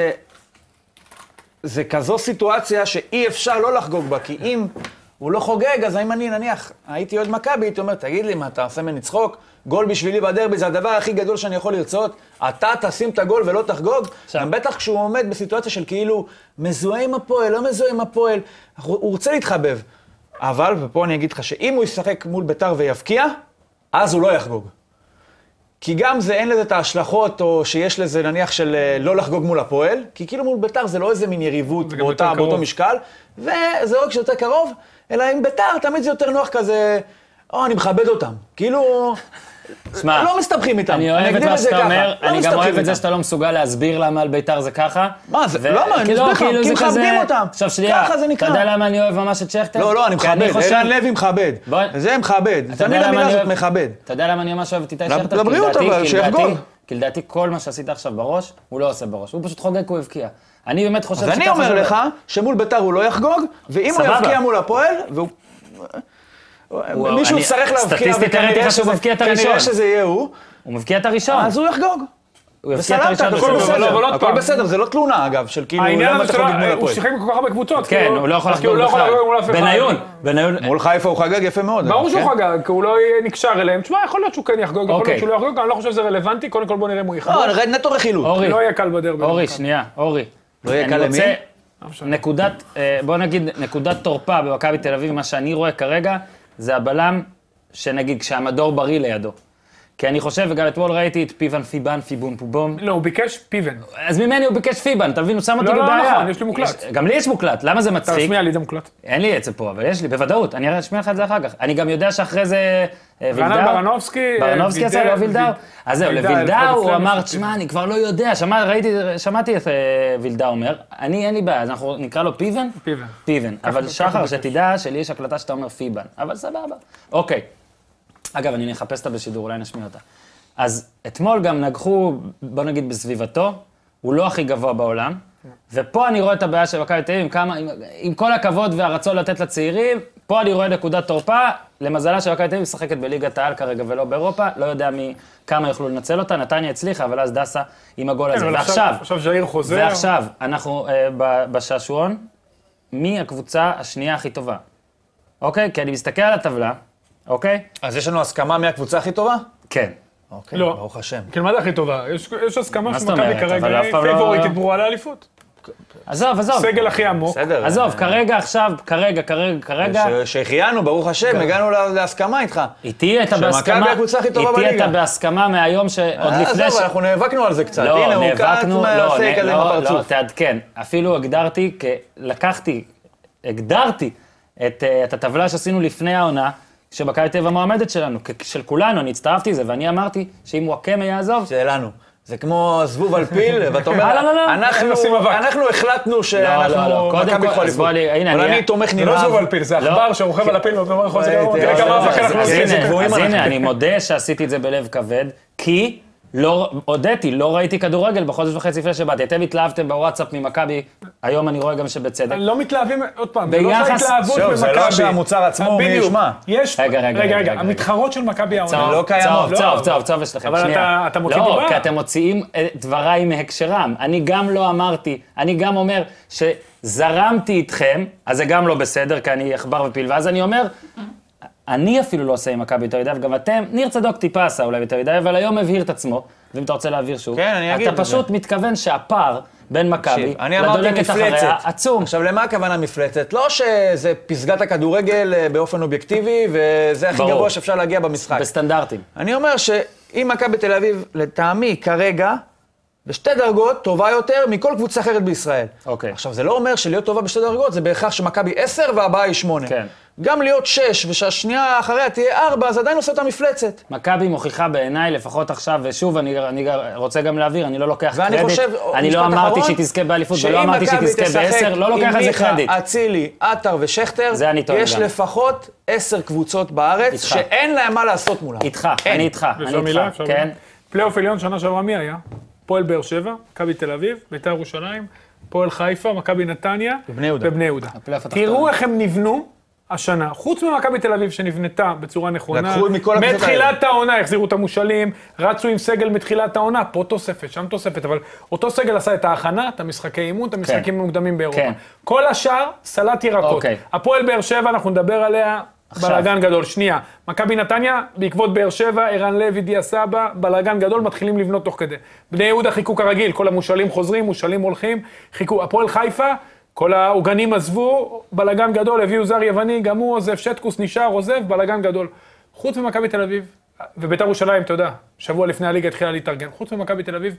זה כזו סיטואציה שאי אפשר לא לחגוג בה, כי אם הוא לא חוגג, אז אם אני, נניח, הייתי אוהד מכבי, הייתי אומר, תגיד לי, מה, אתה עושה ממני צחוק? גול בשבילי בדרבי זה הדבר הכי גדול שאני יכול לרצות. אתה תשים את הגול ולא תחגוג? גם בטח כשהוא עומד בסיטואציה של כאילו, מזוהה עם הפועל, לא מזוהה עם הפועל, הוא הוא רוצה להתחבב. אבל, ופה אני אגיד לך, שאם הוא ישחק מול ביתר ויבקיע, אז הוא לא יחגוג. כי גם זה, אין לזה את ההשלכות, או שיש לזה, נניח, של אה, לא לחגוג מול הפועל, כי כאילו מול ביתר זה לא איזה מין יריבות זה גם באותה, יותר קרוב. באותו משקל, וזה לא רק שיותר קרוב, אלא עם ביתר תמיד זה יותר נוח כזה, או, אני מכבד אותם. כאילו, שמע, לא מסתבכים איתם. אה. אני אוהב את אגדיר מה זה שאתה ככה, אומר, לא אני גם מסתבכים אוהב את זה איתם. שאתה לא מסוגל להסביר למה על ביתר זה ככה. מה זה- ו- למה? אני כי לא, אסביר לך, כאילו כי זה מכבדים כזה- אותם. עכשיו שנייה, ככה זה אתה נקרא. יודע למה אני אוהב ממש את שכטר? לא, לא, אני כי מכבד, חושב- ערן לוי מכבד. בוא- זה מכבד, אתה תמיד יודע למה המילה אני הזאת אוהב- מכבד. אתה יודע למה אני ממש אוהב את איתי למ- שכטר? כי לבריאות, לדעתי- אבל, כי שיחגוג. לדעתי- כי לדעתי כל מה שעשית עכשיו בראש, הוא לא עושה בראש. הוא פשוט חוגג כי הוא הבקיע. אני באמת חושב אז אני שככה אומר זה- לך שמול ביתר הוא לא יחגוג, ואם הוא סבבה. יבקיע מול הפועל, והוא... הוא- מישהו אני- יצטרך להבקיע, סטטיסטית וכנראה הראיתי לך שזה- שהוא מבקיע את כנראה הראשון. שזה יהיה הוא, הוא מבקיע את הראשון. אז הוא יחגוג. הוא הבקיע את וסלמת, הראשון. הכל בסדר. בסדר, אבל עוד בסדר, הכל פעם. בסדר, זה לא תלונה אגב, של כאילו העניין למה אתה הזה חוגג מול שלו, הוא הפועל. שיחק בכל כך הרבה קבוצות. כן, כאילו, הוא לא יכול אז כאילו, לחגוג הוא לא יכול בכלל. לחגוג מול אף אחד. בניון, בניון, מול חיפה הוא חגג יפה מאוד. ברור אגב, שהוא כן? חגג, כי הוא לא יהיה נקשר אליהם. תשמע, יכול להיות שהוא כן יחגוג, יכול אוקיי. להיות שהוא לא יחגוג, אני לא חושב שזה רלוונטי, קודם כל בוא נראה אם הוא לא, יחגוג. רד נטו רכילות. אורי, לא יהיה קל בדרבי. אורי, שנייה, אורי. לא יהיה אני קל למי? רוצה משנה. נקודת, אה, בוא נגיד, נקודת תורפה במכבי תל אביב, מה שאני רואה כרגע, זה הבלם, שנגיד, כשהמדור בריא לידו. כי אני חושב, וגם אתמול ראיתי את פיבן פיבן פיבון פובום. לא, הוא ביקש פיבן. אז ממני הוא ביקש פיבן, תבין, הוא שם אותי לא, לא, בבעיה. נכון, יש לי מוקלט. גם לי יש מוקלט, למה זה אתה מצחיק? משמיע לי את זה מוקלט. אין לי את זה פה, אבל יש לי, בוודאות, אני אשמיע לך את זה אחר כך. אני גם יודע שאחרי זה... אה, וילדאו- ברנובסקי, אה, ברנובסקי עשה וידל- לו וילדאו. ויד- אז זהו, וידל, לוילדאו לפחות הוא אצלנו אמר, עשו תשמע, אני כבר לא יודע, שמע, ראיתי, שמעתי את אה, וילדאו אומר, אני, אין לי בעיה, אז אנחנו נקרא לו פיבן? פיבן. פיבן. אבל שחר, שתדע שלי יש הקלטה שאתה אומר פיבן, אבל סבבה. אוקיי. אגב, אני אחפש אותה בשידור, אולי נשמיע אותה. אז אתמול גם נגחו, בוא נגיד, בסביבתו, הוא לא הכי גבוה בעולם, ופה אני רואה את הבעיה של מכבי תל אביב, עם כמה- עם- עם כל הכבוד והרצון לתת לצעירים, פה אני רואה נקודת תורפה. למזלה של מכבי תל אביב משחקת בליגת העל כרגע ולא באירופה, לא יודע מי- כמה יוכלו לנצל אותה, נתניה הצליחה, אבל אז דסה עם הגול הזה. כן, אבל ועכשיו, עכשיו ז'איר חוזר. ועכשיו, אנחנו אה, ב- בשעשועון, מי הקבוצה השנייה הכי טובה? אוקיי? כי אני מסתכל על הטבלה, אוקיי? אז יש לנו הסכמה מי הקבוצה הכי טובה? כן. אוקיי, לא. ברוך השם. כן, מה זה הכי טובה? יש- יש מה הסכמה זאת שמכבי אומרת? אבל כרגע אף היא פעם לא- פייבוריטית ברורה לאליפות. עזוב, עזוב. סגל הכי עמוק. בסדר. אה, עזוב, כרגע עכשיו, כרגע, כרגע, כרגע, ש- שהחיינו, ברוך השם, הגענו לה- להסכמה איתך. איתי אתה שמכבי בהסכמה, הקבוצה הכי טובה איתי בליגה. אתה בהסכמה מהיום שעוד אה, לפני ש... עזוב, אנחנו נאבקנו על זה קצת. לא, הנה, הוא קץ נאבקנו, לא, מהעסק נ- הזה עם לא, לא, הפרצוף. תעדכן. אפילו הגדרתי, כ- לקחתי, הגדרתי את אה, את הטבלה שעשינו לפני העונה, שמכבי תל אביב המועמדת שלנו, כ- של כולנו, אני הצטרפתי לזה, ואני אמרתי שאם וואקמה יעזוב, שלנו. זה כמו זבוב על פיל, ואתה אומר, אה, לא, לא, לא. אנחנו- נשים אבק. אנחנו החלטנו שאנחנו קודם כל, מכבי אז חוליפות. בוא אני- הנה, אבל אני- אני תומך זה לא נלהב. זוב על פיל, זה לא. עכבר שרוכב על הפיל ואומר לך, "אוקיי, אה, תראה תראה, כמה אז- אבק אז אנחנו אז עושים. הנה, זה- הנה, גבוהים אז אנחנו. הנה, אני מודה שעשיתי את זה בלב כבד, כי לא, הודיתי, לא ראיתי כדורגל בחודש וחצי לפני שבאתי. אתם התלהבתם בוואטסאפ ממכבי, היום אני רואה גם שבצדק. לא מתלהבים, עוד פעם, זה לא ביחס- שההתלהבות שוב, במכבי. זה לא שהמוצר עצמו, מי בדיוק. ישמע? יש, רגע, רגע, רגע, רגע, רגע, רגע. המתחרות של מכבי העונה. צהוב, לא קיימות, צהוב, לא. צהוב, צהוב, צהוב יש לכם, אבל שנייה. אתה- אתה מוציא לא, דיבה. כי אתם מוציאים אה, דבריי מהקשרם. אני גם לא אמרתי, אני גם אומר שזרמתי איתכם, אז זה גם לא בסדר, כי אני עכבר ופיל, ואז אני אומר, אני אפילו לא עושה עם מכבי יותר מדי, וגם אתם, ניר צדוק טיפה עשה אולי יותר מדי, אבל היום הבהיר את עצמו, ואם אתה רוצה להבהיר שוב, כן, אני אגיד את אתה זה. פשוט מתכוון שהפער בין מכבי תקשיב, אני אמרתי לדולקת מפלצת. אחריה עצום. עכשיו, למה הכוונה מפלצת? לא שזה פסגת הכדורגל אה, באופן אובייקטיבי, וזה הכי ברור. גבוה שאפשר להגיע במשחק. בסטנדרטים. אני אומר שאם מכבי תל אביב, לטעמי, כרגע, בשתי דרגות טובה יותר מכל קבוצה אחרת בישראל. אוקיי. עכשיו, זה לא אומר שלהיות טובה בשתי דרגות, זה בהכרח שמכבי 10 והבאה היא 8. כן. גם להיות 6 ושהשנייה אחריה תהיה 4, זה עדיין עושה אותה מפלצת. מכבי מוכיחה בעיניי, לפחות עכשיו, ושוב, אני, אני רוצה גם להבהיר, אני לא לוקח ואני קרדיט. חושב, אני לא משפט אמרתי אחרון, שהיא תזכה באליפות, ולא שאם אמרתי שהיא מכבי תזכה תשחק בעשר, לא עם לוקח על זה מיכה, קרדיט. אצילי, עטר ושכטר, זה אני טוען יש גם. לפחות 10 קבוצות בארץ איתך. שאין להם מה לעשות מולם. איתך, אין. אני איתך, אני אפשר מילה? איתך, אפשר מילה? כן. פלייאוף עליון שנה שעברה מי היה? הפועל באר שבע, מכבי תל אביב, ביתר ירושלים, הפועל חיפה, מכבי נתניה, ובני יהודה. ובני יהודה. הפלייאוף התחתון. תראו איך הם נבנו השנה, חוץ ממכבי תל אביב שנבנתה בצורה נכונה. לקחו מכל הקבוצות האלה. מתחילת העונה החזירו את המושאלים, רצו עם סגל מתחילת העונה, פה תוספת, שם תוספת, אבל אותו סגל עשה את ההכנה, את המשחקי אימון, את המשחקים המוקדמים באירופה. כן. כל השאר, סלט ירקות. אוקיי. הפועל באר שבע, אנחנו נדבר עליה בלאגן גדול. שנייה, מכבי נתניה, בעקבות באר שבע, ערן לוי, דיה סבא, בלאגן גדול, מתחילים לבנות תוך כדי. בני יהודה חיכו כרגיל, כל המושאלים חוזרים, מושאלים הולכים, חיכו. הפועל חיפה, כל העוגנים עזבו, בלאגן גדול, הביאו זר יווני, גם הוא עוזב, שטקוס נשאר, עוזב, בלאגן גדול. חוץ ממכבי תל אביב, וביתר ירושלים, אתה יודע, שבוע לפני הליגה התחילה להתארגן, חוץ ממכבי תל אביב,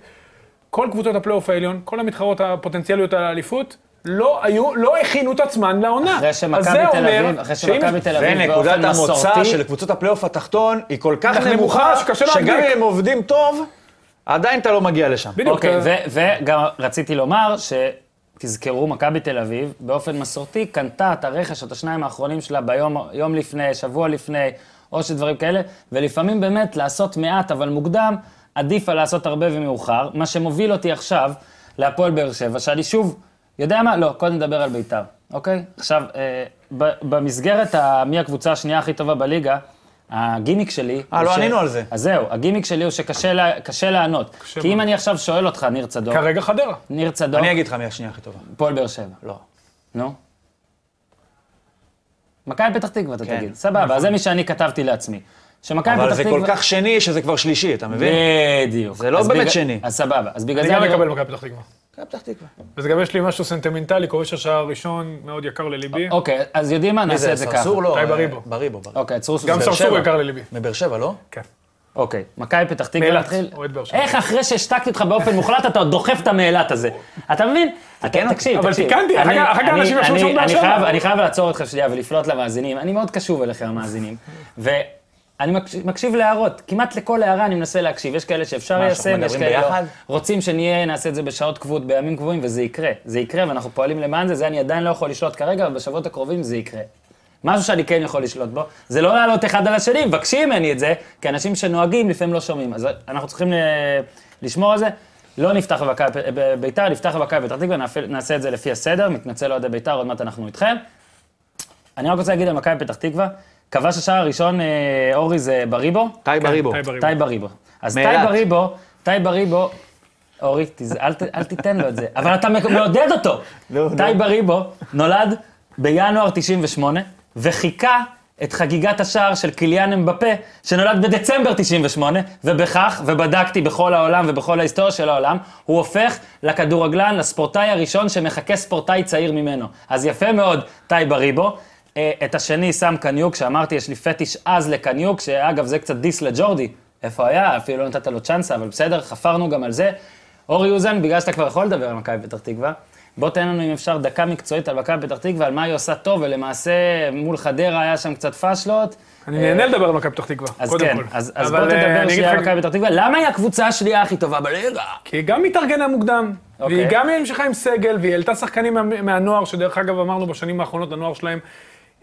כל קבוצות הפלייאוף העליון, כל המתחרות הפוטנציאליות על האליפות, לא היו, לא הכינו את עצמן לעונה. אחרי אז שמכבי זה תל אומר אביב, אחרי שאם- שמכבי תל אביב באופן ונקודת המוצא מסורתי, של קבוצות הפלייאוף התחתון היא כל כך נמוכה נמוכה, שקשה שגם להדביק. אם הם עובדים טוב, עדיין אתה לא מגיע לשם. בדיוק. אוקיי, אתה- כן. ו- וגם רציתי לומר ש... תזכרו, מכבי תל אביב, באופן מסורתי, קנתה את הרכש, את השניים האחרונים שלה ביום יום לפני, שבוע לפני, או שדברים כאלה, ולפעמים באמת לעשות מעט אבל מוקדם, עדיף על לעשות הרבה ומאוחר, מה שמוביל אותי עכשיו להפועל באר שבע, שאני שוב, יודע מה? לא, קודם נדבר על בית"ר, אוקיי? עכשיו, אה, ב- במסגרת ה- מי הקבוצה השנייה הכי טובה בליגה, הגימיק שלי... אה, הוא לא ענינו על זה. אז זהו, הגימיק שלי הוא שקשה לה- קשה לענות. כי אם אני עכשיו שואל אותך, ניר צדוק, כרגע חדרה. ניר צדוק, אני אגיד לך מי השנייה הכי טובה. פועל באר שבע. לא. נו. מכבי פתח תקווה, אתה כן. תגיד. סבבה, אז זה מי שאני כתבתי לעצמי. שמכבי פתח תקווה... אבל זה כל כך שני שזה כבר שלישי, אתה מבין? בדיוק. זה לא אז באמת בג- שני. אז סבבה, אז בגלל אני זה גם אני... מקבל מכבי פתח תקווה. מכבי פתח תקווה. וזה גם יש לי משהו סנטימנטלי, כובש השער הראשון, מאוד יקר לליבי. אוקיי, אז יודעים מה, נעשה את זה ככה. סרסור לא. טייב אה, בריבו. בריבו, בריבו. אוקיי, צרוסוס. גם באר סרסור שבע. יקר לליבי. מבאר שבע, לא? כן. אוקיי, מכבי פתח תקווה מאילת, להתחיל... אוהד באר שבע. איך אחרי שהשתקתי אותך באופן מוחלט, אתה עוד דוחף את המאילת הזה? אתה מבין? אתה כן תקשיב, תקשיב. אבל תיקנתי, אחר אני- כך- אחר כך אני- אנשים יחשבו אני- שהוא באר אני שבע. חייב- אני חייב לעצור אותך שנייה ולפנות למאזינים. אני מאוד קשוב אליכם, המאזינים. ואני מקשיב- מקשיב להערות. כמעט לכל הערה אני מנסה להקשיב. יש כאלה שאפשר מה, ליישם, שאנחנו יש מדברים כאלה... לא. ביחד? רוצים שנהיה, נעשה את זה בשעות קבועות, בימים קבועים, וזה יקרה. זה יקרה, ואנחנו פועלים למען זה, זה אני עדיין לא יכול לשלוט כרגע, אבל בשבועות הקרובים זה יקרה. משהו שאני כן יכול לשלוט בו, זה לא לעלות אחד על השני, מבקשים ממני את זה, כי אנשים שנוהגים לפעמים לא שומעים. אז אנחנו צריכים ל... אה, לשמור על זה. לא נפתח במכבי ב- ביתר, נפתח במכבי פתח תקווה, נעשה- נעשה את זה לפי הסדר, מתנצל אוהדי ביתר, עוד מעט אנחנו איתכם. אני רק רוצה להגיד על מכבי פתח תקווה, כבש השער הראשון, אה, אורי, זה בריבו? טייב אריבו. טייב בריבו. טייב בריבו. אז מאילת. טייב בריבו, טייב בריבו, אורי, תז- אל ת- אל תיתן לו את זה, אבל אתה מק- מעודד אותו. טייב בריבו נולד בינואר 98, וחיכה את חגיגת השער של קיליאן אמבפה, שנולד בדצמבר 98, ובכך, ובדקתי בכל העולם ובכל ההיסטוריה של העולם, הוא הופך לכדורגלן, לספורטאי הראשון שמחכה ספורטאי צעיר ממנו. אז יפה מאוד, טייב בריבו. אה, את השני שם קניוק, שאמרתי, יש לי פטיש עז לקניוק, שאגב, זה קצת דיס לג'ורדי. איפה היה? אפילו לא נתת לו צ'אנסה, אבל בסדר, חפרנו גם על זה. אורי אוזן, בגלל שאתה כבר יכול לדבר על מכבי פתח תקווה, בוא תן לנו אם אפשר דקה מקצועית על מכבי פתח תקווה, על מה היא עושה טוב, ולמעשה מול חדרה היה שם קצת פאשלות. אני נהנה לדבר על מכבי פתח תקווה, אה, אז קודם כן, כל. אז, אז אבל, בוא אה, אני תדבר אגיד שנייה לך- על מכבי פתח תקווה. למה היא הקבוצה השנייה הכי טובה בליגה? כי היא גם התארגנה מוקדם, אוקיי. והיא גם המשיכה עם סגל, והיא העלתה שחקנים מה- מהנוער, שדרך אגב אמרנו בשנים האחרונות, הנוער שלהם,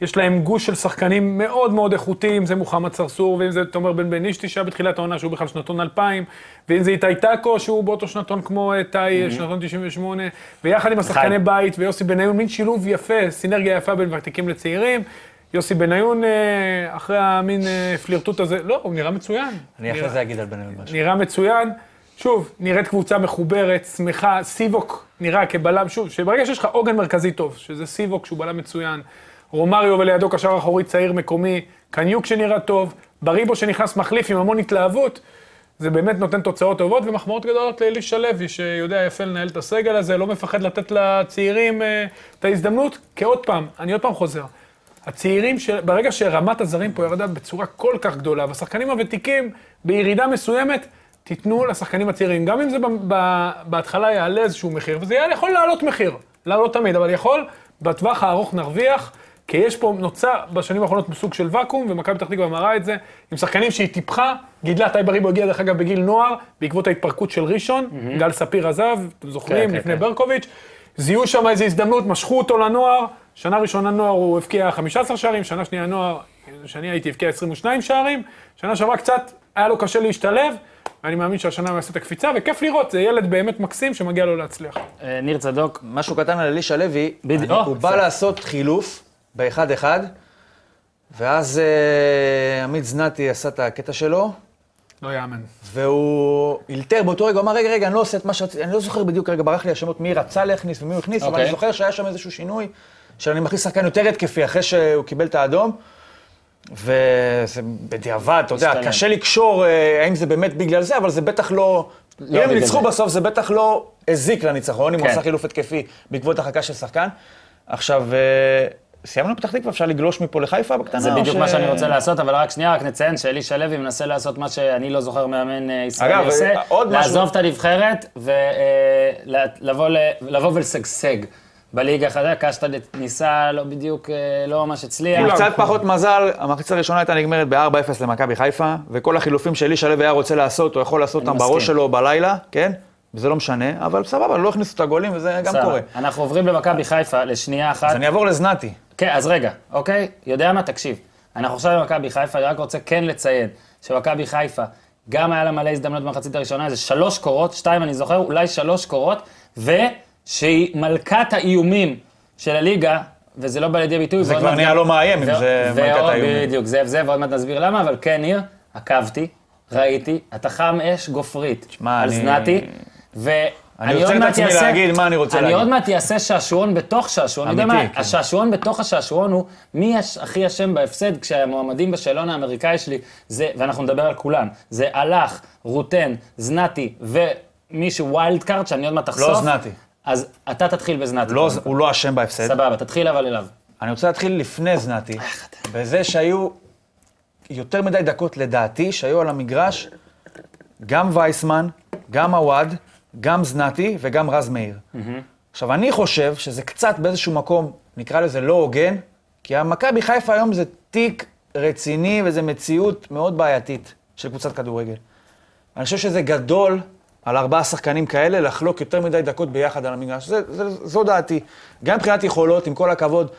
יש להם גוש של שחקנים מאוד מאוד איכותיים, זה מוחמד צרצור, ואם זה תומר בן בן אישתי שהיה בתחילת העונה, שהוא בכלל שנתון 2000, ואם זה איתי טאקו, שהוא באותו שנתון כמו אה, טאי, שנתון 98, ויחד עם השחקני בית ויוסי בניון, מין שילוב יפה, סינרגיה יפה בין ותיקים לצעירים. יוסי בניון, אה, אחרי המין אה, פלירטוט הזה, לא, הוא נראה מצוין. אני אחרי נראה- זה אגיד על בניון משהו. נראה מצוין. שוב, נראית קבוצה מחוברת, שמחה, סיבוק נראה כבלם, שוב, שברגע שיש לך עוגן מרכזי טוב, שזה סיבוק שהוא בלם מצוין, רומריו ולידו קשר אחורי צעיר מקומי, קניוק שנראה טוב, בריבו שנכנס מחליף עם המון התלהבות, זה באמת נותן תוצאות טובות ומחמאות גדולות לאלישע לוי, שיודע יפה לנהל את הסגל הזה, לא מפחד לתת לצעירים אה, את ההזדמנות, כי עוד פעם, אני עוד פעם חוזר. הצעירים, של... ברגע שרמת הזרים פה ירדה בצורה כל כך גדולה, והשחקנים הוותיקים בירידה מסוימת, תיתנו לשחקנים הצעירים. גם אם זה ב... ב... בהתחלה יעלה איזשהו מחיר, וזה יעלה, יכול לעלות מחיר, לעלות תמיד, אבל יכול, בטווח הארוך נרוויח, כי יש פה, נוצר בשנים האחרונות סוג של ואקום, ומכבי פתח תקווה מראה את זה, עם שחקנים שהיא טיפחה, גידלה, טייב אריבו הגיע דרך אגב בגיל נוער, בעקבות ההתפרקות של ראשון, mm-hmm. גל ספיר עזב, אתם זוכרים, כן, לפני כן. ברקוביץ', זיהו שם איזו הזדמנות, משכו אותו לנוער, שנה ראשונה נוער הוא הבקיע 15 שערים, שנה שנייה נוער, שאני הייתי הבקיע 22 שערים, שנה שעברה קצת, היה לו קשה להשתלב, ואני מאמין שהשנה הוא יעשה את הקפיצה, וכיף לראות, זה ילד באמת מקסים שמגיע לו להצליח. אה, ניר צדוק, משהו קטן על אלישע לוי, בדיוק. אני- או, הוא בסדר. בא לעשות חילוף באחד-אחד, ואז אה, עמית זנתי עשה את הקטע שלו, לא יאמן. והוא אילתר באותו רגע, הוא אמר, רגע, רגע, אני לא עושה את מה שרציתי, אני לא זוכר בדיוק, רגע, ברח לי השמות מי רצה להכניס ומי הוא הכניס, אבל אוקיי. אני זוכר שהיה שם איזשהו שינוי, שאני מכניס שחקן יותר התקפי אחרי שהוא קיבל את האדום, וזה בדיעבד, אתה יודע, השתלם. קשה לקשור אה, האם זה באמת בגלל זה, אבל זה בטח לא... אם הם בגלל ניצחו זה. בסוף, זה בטח לא הזיק לניצחון, אם הוא כן. עשה חילוף התקפי בעקבות הרחקה של שחקן. עכשיו, אה, סיימנו פתח תקווה, אפשר לגלוש מפה לחיפה בקטנה? זה או בדיוק לא, ש- מה שאני רוצה לעשות, אבל רק שנייה, רק נציין שאלישע לוי מנסה לעשות מה שאני לא זוכר מאמן אה, אגב, ישראלי עושה, אה, עוד משהו- לעזוב את הנבחרת אה, ולבוא ולשגשג. בליגה החדשה, קשטה ניסה, לא בדיוק, אה, לא ממש עם הצליח. קצת פחות מזל, המחצית הראשונה הייתה נגמרת ב-4-0 למכבי חיפה, וכל החילופים שאלישע לוי היה רוצה לעשות, הוא יכול לעשות אני אותם בראש מסכים. שלו בלילה, כן? וזה לא משנה, אבל סבבה, לא הכניסו את הגולים, וזה גם בסדר. קורה. אנחנו עוברים למכבי חיפה לשנייה אחת. אז אני אעבור לזנתי. כן, אז רגע, אוקיי? יודע מה? תקשיב. אנחנו עכשיו במכבי חיפה, אני רק רוצה כן לציין שמכבי חיפה, גם היה לה מלא הזדמנות במחצית הראשונה, זה שלוש קורות, שתיים אני זוכר, אולי שלוש קורות, ושהיא מלכת האיומים של הליגה, וזה לא בא לידי ביטוי. ועוד כבר מעט נהיה גם- לא מאיים, אם ועוד- זה אה, מלכת ועוד- האיומים. בדיוק, זאב זאב, ועוד מעט נסביר למה, אבל כן, ניר, עקבתי, ראיתי, אתה חם אש גופרית. שמע, על אני- זנתי, ואני אני עוד עוצר את מעט עצמי אעשה- להגיד מה אני רוצה אני להגיד. עוד מעט אעשה שעשועון בתוך שעשועון. אני יודע אמיתי, מה, כן. השעשועון בתוך השעשועון הוא מי הש- הכי אשם בהפסד כשהמועמדים בשאלון האמריקאי שלי, זה, ואנחנו נדבר על כולם, זה הלך, רוטן, זנתי ומישהו ווילד קארד שאני עוד מעט אחשוף. לא זנתי. אז אתה תתחיל בזנתי. לא, קודם כל. הוא לא אשם בהפסד. סבבה, תתחיל אבל אליו. אני רוצה להתחיל לפני זנתי, בזה שהיו יותר מדי דקות, לדעתי, שהיו על המגרש, גם וייסמן, גם עווד, גם זנתי וגם רז מאיר. עכשיו, אני חושב שזה קצת באיזשהו מקום, נקרא לזה לא הוגן, כי המכבי חיפה היום זה תיק רציני וזו מציאות מאוד בעייתית של קבוצת כדורגל. אני חושב שזה גדול על ארבעה שחקנים כאלה לחלוק יותר מדי דקות ביחד על המגרש. זה, זה, זו דעתי. גם מבחינת יכולות, עם כל הכבוד,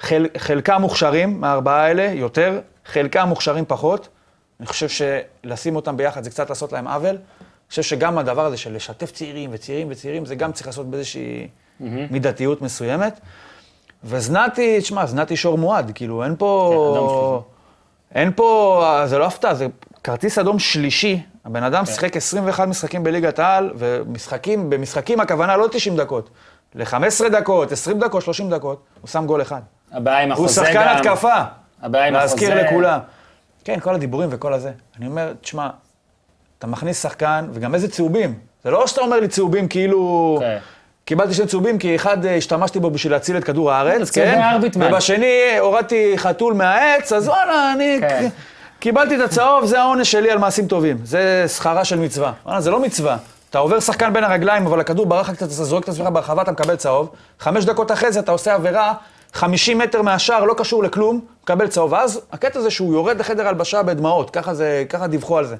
חל, חלקם מוכשרים מהארבעה האלה יותר, חלקם מוכשרים פחות. אני חושב שלשים אותם ביחד זה קצת לעשות להם עוול. חושב שגם הדבר הזה של לשתף צעירים וצעירים וצעירים, זה גם צריך לעשות באיזושהי מידתיות מסוימת. וזנתי, תשמע, זנתי שור מועד, כאילו, אין כן, אדום פה... אין פה, זה לא הפתעה, זה כרטיס אדום שלישי. הבן כן. אדם שיחק 21 משחקים בליגת העל, ומשחקים, במשחקים הכוונה לא 90 דקות, ל-15 דקות, 20 דקות, 30 דקות, הוא שם גול אחד. הבעיה עם הוא החוזה גם... שחקן התקפה. הבעיה עם להזכיר החוזה- לכולם. כן, כל הדיבורים וכל הזה. אני אומר, תשמע, אתה מכניס שחקן, וגם איזה צהובים. זה לא שאתה אומר לי צהובים כאילו... כן. קיבלתי שני צהובים, כי אחד אה, השתמשתי בו בשביל להציל את כדור הארץ, צהובי כן? ארביטמן. ובשני הורדתי חתול מהעץ, אז וואלה, אני... כן. קיבלתי את הצהוב, זה העונש שלי על מעשים טובים. זה שכרה של מצווה. וואלה, זה לא מצווה. אתה עובר שחקן בין הרגליים, אבל הכדור ברח לך קצת, אתה זורק את עצמך ברחבה, אתה מקבל צהוב. חמש דקות אחרי זה אתה עושה עבירה, 50 מטר מהשער, לא קשור לכלום, מקבל צהוב. ואז הקטע זה שהוא יורד לחדר הלבשה בדמעות, ככה זה, ככה דיווחו על זה.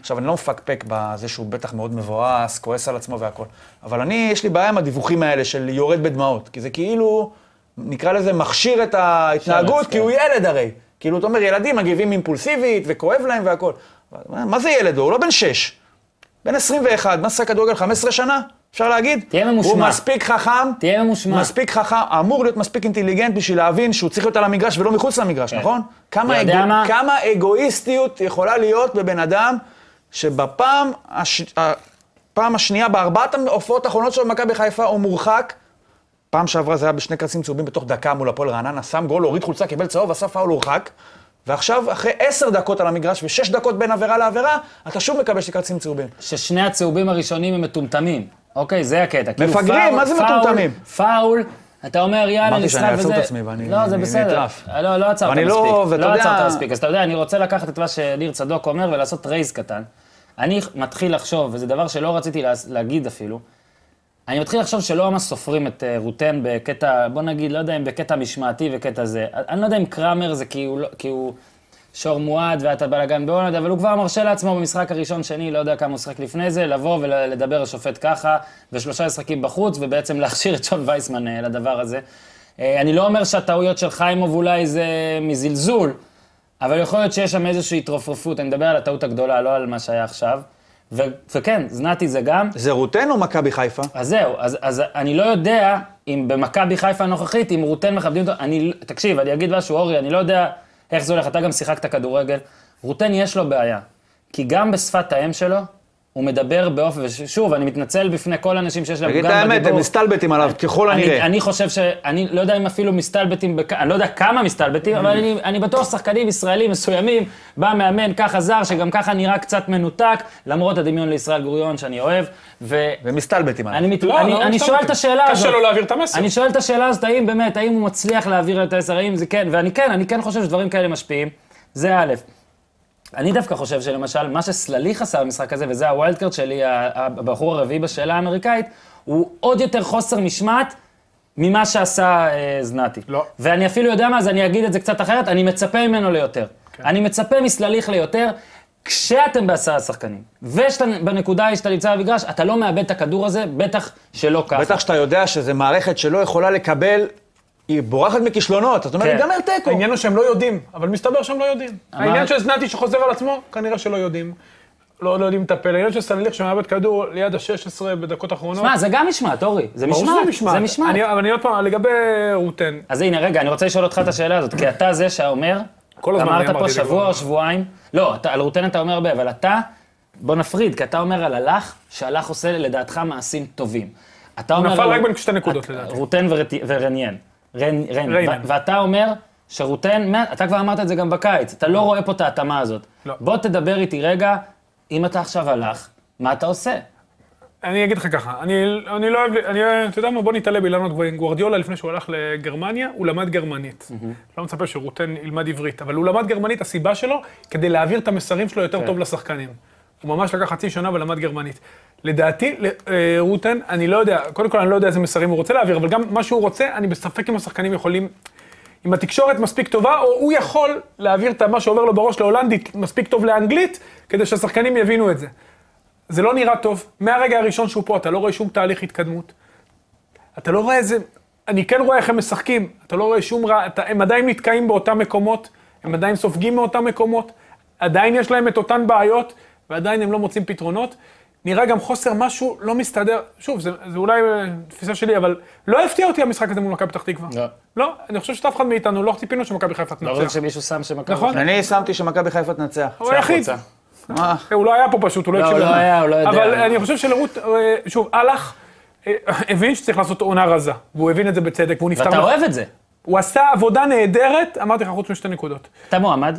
עכשיו, אני לא מפקפק בזה שהוא בטח מאוד מבואס, כועס על עצמו והכול. אבל אני, יש לי בעיה עם הדיווחים האלה של יורד בדמעות, כי זה כאילו, נקרא לזה, מכשיר את ההתנהגות, כן. כי הוא ילד הרי. כאילו, אתה אומר, ילדים מגיבים אימפולסיבית, וכואב להם והכול. מה מה זה ילד? הוא לא בן שש. בן 21, מה שחק כדורגל 15 שנה? אפשר להגיד? תהיה ממושמע. הוא מספיק חכם. תהיה ממושמע. מספיק חכם, אמור להיות מספיק אינטליגנט בשביל להבין שהוא צריך להיות על המגרש ולא מחוץ למגרש, נכון? כמה, כן. יודע מה? כמה אגואיסטיות יכולה להיות בבן אדם שבפעם הש... הפעם השנייה, בארבעת ההופעות האחרונות שלו במכבי חיפה הוא מורחק. פעם שעברה זה היה בשני כרטיסים צהובים בתוך דקה מול הפועל רעננה, שם גול, הוריד חולצה, קיבל צהוב, עשה פאול, הורחק. ועכשיו, אחרי עשר דקות על המגרש ושש דקות בין עבירה לעבירה, אתה שוב מקבל שני כרטיסים צהובים. ששני הצהובים הראשונים הם מטומטמים. אוקיי, זה הקטע. כאילו מפגרים, פאול- מה זה פאול- מטומטמים? פאול, אתה אומר, יאללה, אמרתי נסחב שאני אעצור וזה... את עצמי ואני- לא, זה אני בסדר. נטרף. לא, לא עצרת ואני מספיק. לא- ואתה לא יודע- עצרת מספיק. אז אתה יודע, אני רוצה לקחת את מה שניר צדוק אומר ולעשות רייז קטן. אני מתחיל לחשוב, וזה דבר שלא רציתי לה- להגיד אפילו, אני מתחיל לחשוב שלא ממש סופרים את אה, רוטן בקטע, בוא נגיד, לא יודע אם בקטע משמעתי וקטע זה. אני לא יודע אם קראמר זה כי הוא, לא- כי הוא שור מועד ואתה בלאגן בהולנד, אבל הוא כבר מרשה לעצמו במשחק הראשון-שני, לא יודע כמה הוא שיחק לפני זה, לבוא ולדבר לשופט ככה, ושלושה משחקים בחוץ, ובעצם להכשיר את שון וייסמן אה, לדבר הזה. אה, אני לא אומר שהטעויות של חיימוב אולי זה מזלזול, אבל יכול להיות שיש שם איזושהי התרופפות, אני מדבר על הטעות הגדולה, לא על מה שהיה עכשיו. ו- וכן, זנתי זה גם. זה רוטן או מכבי חיפה? אז זהו, אז, אז אני לא יודע אם במכבי חיפה הנוכחית, אם רוטן מכבדים אותו, אני, תקשיב, אני אגיד משהו, אורי, אני לא יודע איך זה הולך, אתה גם שיחקת כדורגל. רוטן יש לו בעיה, כי גם בשפת האם שלו, הוא מדבר באופן, ושוב, אני מתנצל בפני כל האנשים שיש להם גם תגיד בדיבור. את האמת, הם מסתלבטים עליו, ככל אני, הנראה. אני חושב ש... אני לא יודע אם אפילו מסתלבטים, בכ... אני לא יודע כמה מסתלבטים, אבל אני, אני בטוח שחקנים ישראלים מסוימים, בא מאמן ככה זר, שגם ככה נראה קצת מנותק, למרות הדמיון לישראל גוריון שאני אוהב, ו... ומסתלבטים עליו. אני, מת... לא, אני, לא, אני סתם שואל אתם. את השאלה הזאת. קשה לו להעביר את המסר. אני שואל את השאלה הזאת, האם באמת, האם הוא מצליח להעביר את המסר, האם זה כן, ואני כן, אני כן חושב שדברים כאלה משפיעים. זה א', אני דווקא חושב שלמשל, מה שסלליך עשה במשחק הזה, וזה הווילד קארט שלי, ה- הבחור הרביעי בשאלה האמריקאית, הוא עוד יותר חוסר משמעת ממה שעשה אה, זנתי. לא. ואני אפילו יודע מה, אז אני אגיד את זה קצת אחרת, אני מצפה ממנו ליותר. כן. אני מצפה מסלליך ליותר. כשאתם בעשרה שחקנים, ובנקודה ההיא שאתה נמצא במגרש, אתה לא מאבד את הכדור הזה, בטח שלא ככה. בטח שאתה יודע שזו מערכת שלא יכולה לקבל, היא בורחת מכישלונות, זאת אומרת, כן. ייגמר תיקו. העניין הוא שהם לא יודעים, אבל מסתבר שהם לא יודעים. העניין של זנתי שחוזר על עצמו, כנראה שלא יודעים. לא לא יודעים לטפל. העניין של סלליך שמאבד כדור ליד ה-16 בדקות אחרונות. שמע, זה גם משמעת, אורי. זה ברור משמעת. שזה משמעת. זה משמעת. אני- אבל אני עוד פעם, לגבי רוטן, אז הנה, רגע, אני רוצה לשאול אותך את השאלה הזאת, כי אתה זה שאומר, כל הזמן אני אמרת פה אמרתי את זה שבוע כבר. או שבועיים, לא, אתה- על רוטן אתה אומר הרבה, אבל אתה, בוא נפריד, כי אתה אומר על הלך, שהלך עושה לדעתך מעשים טובים. אתה אומר... נפל על- רק בין שתי נקודות, את- לדעתי. רוטן ורט- ורניאן. רן- רן. ריינן. ו- ואתה אומר שרוטן, מה- אתה כבר אמרת את זה גם בקיץ, אתה לא רואה פה את ההתאמה הזאת. לא. בוא תדבר איתי רגע, אם אתה עכשיו הלך, מה אתה עושה? אני אגיד לך ככה, אני, אני לא אוהב, אני, אתה יודע מה, בוא נתעלה באילנות גבוהים. גוורדיולה, לפני שהוא הלך לגרמניה, הוא למד גרמנית. לא מצפה שרוטן ילמד עברית, אבל הוא למד גרמנית, הסיבה שלו, כדי להעביר את המסרים שלו יותר טוב לשחקנים. הוא ממש לקח חצי שנה ולמד גרמנית. לדעתי, ל- אה, רוטן, אני לא יודע, קודם כל אני לא יודע איזה מסרים הוא רוצה להעביר, אבל גם מה שהוא רוצה, אני בספק אם השחקנים יכולים... אם התקשורת מספיק טובה, או הוא יכול להעביר את מה שעובר לו בראש להולנדית מספיק טוב לאנגלית, כדי שהשחקנים יבינו את זה. זה לא נראה טוב. מהרגע הראשון שהוא פה, אתה לא רואה שום תהליך התקדמות. אתה לא רואה איזה... אני כן רואה איך הם משחקים. אתה לא רואה שום רע... אתה... הם עדיין נתקעים באותם מקומות, הם עדיין סופגים מאותם מקומות, עדיין יש להם את אותן בעיות, ועדיין הם לא מוצאים פתרונות. נראה גם חוסר משהו לא מסתדר. שוב, זה, זה אולי אה, תפיסה שלי, אבל לא הפתיע אותי המשחק הזה מול מכבי פתח תקווה. לא. לא, אני חושב שאף אחד מאיתנו לא ציפינו שמכבי חיפה לא חושב תנצח. שמישהו שם שמכבי נכון. חיפה אני שמתי שמכבי חיפה תנצח. אה, הוא היחיד. החוצה. אוקיי. מה? הוא לא היה פה פשוט, הוא לא לא, הקשיב הוא לנו. לא היה, הוא לא יודע. אבל אני חושב שלרות, אה, שוב, הלך, אה, הבין שצריך לעשות עונה רזה, והוא הבין את זה בצדק, והוא נפטר. ואתה מה- אוהב את זה. הוא עשה עבודה נהדרת, אמרתי לך, חוץ משתי נקודות. אתה מועמד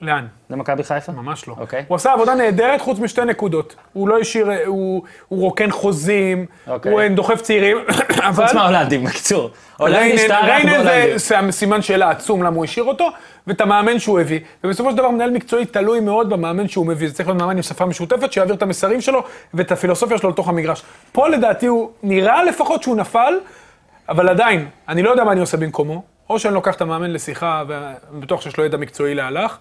לאן? למכבי חיפה? ממש לא. אוקיי. הוא עשה עבודה נהדרת חוץ משתי נקודות. הוא לא השאיר, אה, הוא, הוא רוקן חוזים, אוקיי. הוא אה, דוחף צעירים, אבל... חוץ מההולנדים, בקיצור. הולנד ריינן- השתערך ריינן בהולנדים. זה ס- סימן שאלה עצום למה הוא השאיר אותו, ואת המאמן שהוא הביא. ובסופו של דבר מנהל מקצועי תלוי מאוד במאמן שהוא מביא. זה צריך להיות מאמן עם שפה משותפת, שיעביר את המסרים שלו ואת הפילוסופיה שלו לתוך המגרש. פה לדעתי הוא, נראה לפחות שהוא נפל, אבל עדיין, אני לא יודע מה אני עושה במקומו. או שאני לוקח את המאמן לשיחה, ואני בטוח שיש לו ידע מקצועי להלך,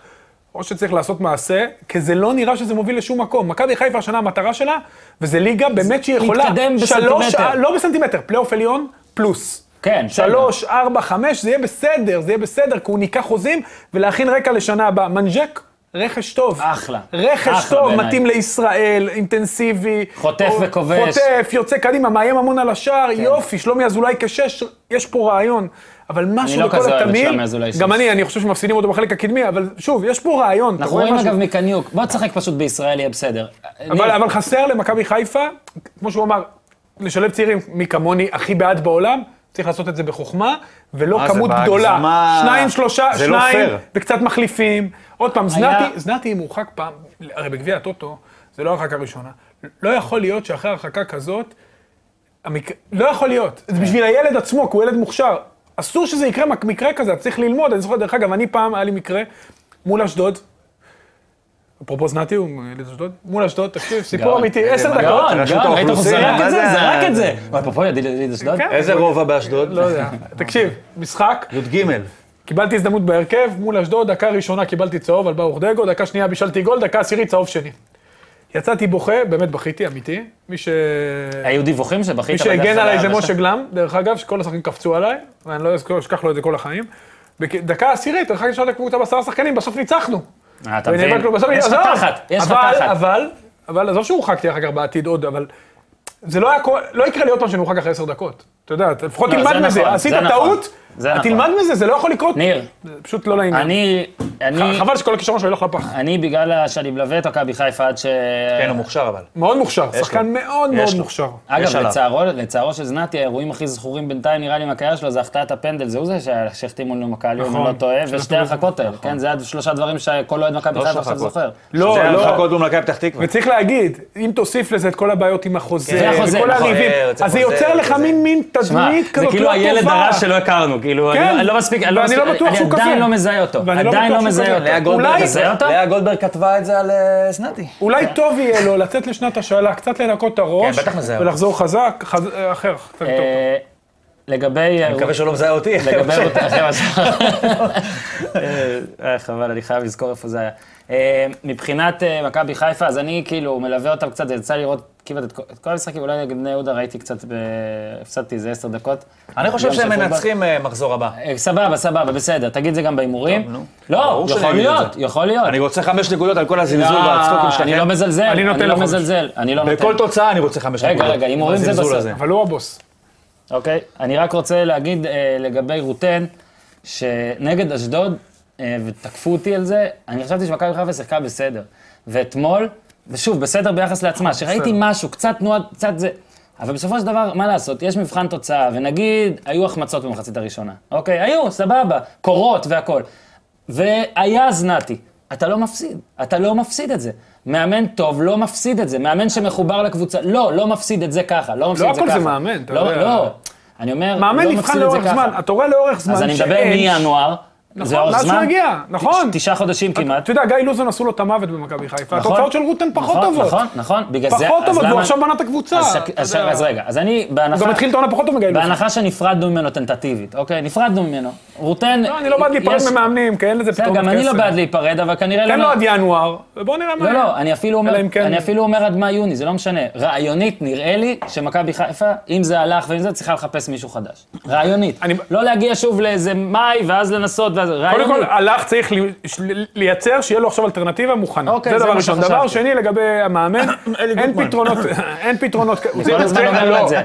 או שצריך לעשות מעשה, כי זה לא נראה שזה מוביל לשום מקום. מכבי חיפה השנה המטרה שלה, וזה ליגה באמת שהיא יכולה... להתקדם שלוש- בסנטימטר. לא בסנטימטר, פלייאוף עליון פלוס. כן, בסדר. שלוש, ארבע, חמש, זה יהיה בסדר, זה יהיה בסדר, כי הוא ניקח חוזים, ולהכין רקע לשנה הבאה. מנג'ק, רכש טוב. אחלה. רכש אחלה טוב, בעיניי. מתאים לישראל, אינטנסיבי. חוטף או- וכובש. כן. חוטף, יוצא קדימה, מאיים המון על השער, יופי, שלומי אזולאי כשש, יש פה רעיון. אבל משהו לא כזה בכל אוהב את התמהיל, שלומי אזולאי גם שש. אני, אני חושב שמפסידים אותו בחלק הקדמי, אבל שוב, יש פה רעיון. אתה אנחנו רואה רואים משהו. אגב מקניוק, בוא תשחק פשוט בישראל, יהיה בסדר. אבל, ניר, אבל חסר למכבי חיפה, כמו שהוא אמר, לשלב צעירים, מי כמוני הכי בעד בעולם, צריך לעשות את זה בחוכמה, ולא אה, זה כמות בהגזמה- גדולה. שניים, שלושה, זה לא שניים, פייר. וקצת מחליפים. עוד פעם, היה- זנתי, זנתי אם הורחק פעם, הרי בגביע הטוטו, זה לא הרחקה ראשונה. לא יכול להיות שאחרי הרחקה כזאת, המק... לא יכול להיות. זה בשביל הילד עצמו, כי הוא ילד מוכשר. אסור שזה יקרה מק- מקרה כזה, אתה צריך ללמוד. אני זוכר, דרך אגב, אני פעם, היה לי מקרה מול אשדוד. אפרופו זנתי, הוא ילד אשדוד. מול אשדוד, תקשיב, סיפור גאון. אמיתי, גאון, עשר דקות. גאון, רשות ראית איך הוא האוכלוסין, זרק מה את זה? זה זרק ה- את זה. וואי, אפרופו ידיד ידיד אשדוד. כן. איזה רובע באשדוד? לא יודע. תקשיב, משחק, אה. י"ג. קיבלתי הזדמנות בהרכב, מול אשדוד, דקה ראשונה קיבלתי צהוב על ברוך דגו, דקה שנייה בישלתי גול, דקה עשירית צהוב שני. יצאתי בוכה, באמת בכיתי, אמיתי. מי ש... היו דיווחים שבכית מי שהגן עליי זה משה גלם, דרך אגב, שכל השחקנים קפצו עליי, ואני לא אזכור- אשכח לו את זה כל החיים. בדקה עשירית, דרך אגב, יש לקבוצה בעשרה שחקנים, בסוף ניצחנו. אה, אתה מבין? ונאבק לו בסוף, יש לך עזוב, תחת, יש לך אבל- תחת. אבל, אבל, עזוב שהורחקתי אחר כך בעתיד עוד, אבל זה לא היה קורה, לא יקרה לי עוד פעם שאני אורחק אחרי עשר דקות. אתה יודע, אתה לפחות לא, תלמד זה מזה, נכון, עשית זה נכון. טעות, זה נכון. תלמד מזה, זה לא יכול לקרות. ניר, זה פשוט לא לעניין. אני, אני, חבל שכל הכישרון שלו ילך לפח. אני בגלל שאני מלווה את מכבי חיפה עד ש... כן, הוא מוכשר אבל. מאוד מוכשר, שחקן לו. מאוד יש מאוד לו. מוכשר. יש אגב, עליו. לצערו, לצערו של זנתי, האירועים הכי זכורים בינתיים, נראה לי, מהקריירה שלו, זה החטאת הפנדל, זהו זה שה- שהחתימו לנו מכבי, אם אני נכון. לא טועה, שאנחנו- ושתי הרחקות האלה, כן? זה שלושה דברים שכל אוהד מכבי נכון. לא חיפה עכשיו שחקות. זוכר. לא, זה היה לא. הרחקות מול מכבי פתח תקווה. וצריך להגיד, אם תוסיף לזה את כל הבעיות עם זה החוזה, החוזה, וכל נכון. הריבים, זה אז זה חוזה, יוצר לך זה- מין מין שמע, תדמית זה כזאת כאילו לא הילד טובה. הרע שלא הכרנו, כאילו, אני כן. לא- אני לא מספיק, אני לא ואני מספיק- לא בטוח שהוא אני כזה. עדיין לא מזהה אותו, ואני לא עדיין בטוח לא שהוא מזהה כזה. אותו. לאה גולדברג- אולי- מזהה אותו? לאה גולדברג כתבה את זה על אה, זנתי. אולי טוב יהיה לו לצאת לשנת השאלה, קצת לנקות את הראש, כן, בטח מזהה אותו. ולחזור חזק, חז- אה, אחר. קצת יותר טוב. אה, לגבי... אני מקווה שלא מזהה אותי. לגבי אותה, אחרי מה ש- אה, חבל, אני חייב לזכור איפה זה היה. אה, מבחינת אה, מכבי חיפה, אז אני כאילו מלווה אותם קצת, יצא לי לראות כמעט את כל- את כל המשחקים, אולי נגד בני יהודה ראיתי קצת, ב- הפסדתי איזה עשר דקות. אני חושב גם של שהם פוטבול. מנצחים אה, מחזור הבא. אה, סבבה, סבבה, בסדר, תגיד זה גם בהימורים. טוב, נו. לא, ברור שאני יכול אגיד את להיות, זה. יכול להיות. אני רוצה חמש נקודות על כל הזלזול לא, והצחוקים אני לא שלכם. מזלזל, אני נותן אני לא לו חמש. מזלזל, אני לא נותן. בכל תוצאה אני רוצה חמש רגע, נקודות. רגע, הימורים זה הזלזול בסוף. הזה. אבל הוא הבוס. אוקיי, אני רק רוצה להגיד אה, לגבי רוטן, שנגד אשדוד, אה, ותקפו אותי על זה, אני חשבתי שמכבי חיפה שיחקה בסדר. ואתמול, ושוב, בסדר ביחס לעצמה, שראיתי משהו, קצת תנועה, קצת זה. אבל בסופו של דבר, מה לעשות, יש מבחן תוצאה, ונגיד, היו החמצות במחצית הראשונה. אוקיי, היו, סבבה, קורות והכול. והיה זנתי. אתה לא מפסיד, אתה לא מפסיד את זה. מאמן טוב לא מפסיד את זה, מאמן שמחובר לקבוצה, לא, לא מפסיד את זה ככה, לא מפסיד את זה ככה. הכל זה מאמן, אתה לא, יודע. לא, אני אומר, מאמן לא נבחן מפסיד את זה לאורך ככה. זמן, אתה רואה לאורך זמן אז אני מדבר שאין- מינואר, זה אורך מאז שהוא זמן. הגיע, נכון. תש- תשעה חודשים כמעט. אתה יודע, גיא לוזון עשו לו את המוות במכבי חיפה, נכון. התוצאות של רוטן פחות נכון, טובות. נכון, נכון, בגלל זה... פחות אז טובות, והוא למה- עכשיו בנה את הקבוצה. אז אתה שק- אז ש- יודע. אז רגע, אז אני הוא גם בהנחה... התחיל את העונה פחות טוב מגיא לוזון. בהנחה שנפרדנו ממנו טנטטיבית, אוקיי? נפרדנו ממנו. רוטן... לא, אני לא בעד להיפרד כן, יש- ממאמנים, כי אין לזה בסדר, פתרון גם אני לא קסם. בעד להיפרד, אבל כנראה... תן לא- לו עד ינואר, ובואו נראה מה... לא, יהיה. אוקיי. לא, אני אפילו אומר, אלא אם כן- אני אפילו אומר עד מאי יוני, זה לא משנה. רעיונית נראה לי שמכבי חיפה, אם זה הלך ואם זה, צריכה לחפש מישהו חדש. רעיונית. אני- לא להגיע שוב לאיזה מאי ואז לנסות ואז... קודם רעיון כל, הוא- הלך צריך לי- ש- לייצר, שיהיה לו עכשיו אלטרנטיבה מוכנה. אוקיי, זה זה דבר מה ראשון. שחשבתי. דבר שני, לגבי המאמן, אין גוטמן. פתרונות, אין פתרונות. הוא צריך כל הזמן לייצר- אומר לו לא. את זה.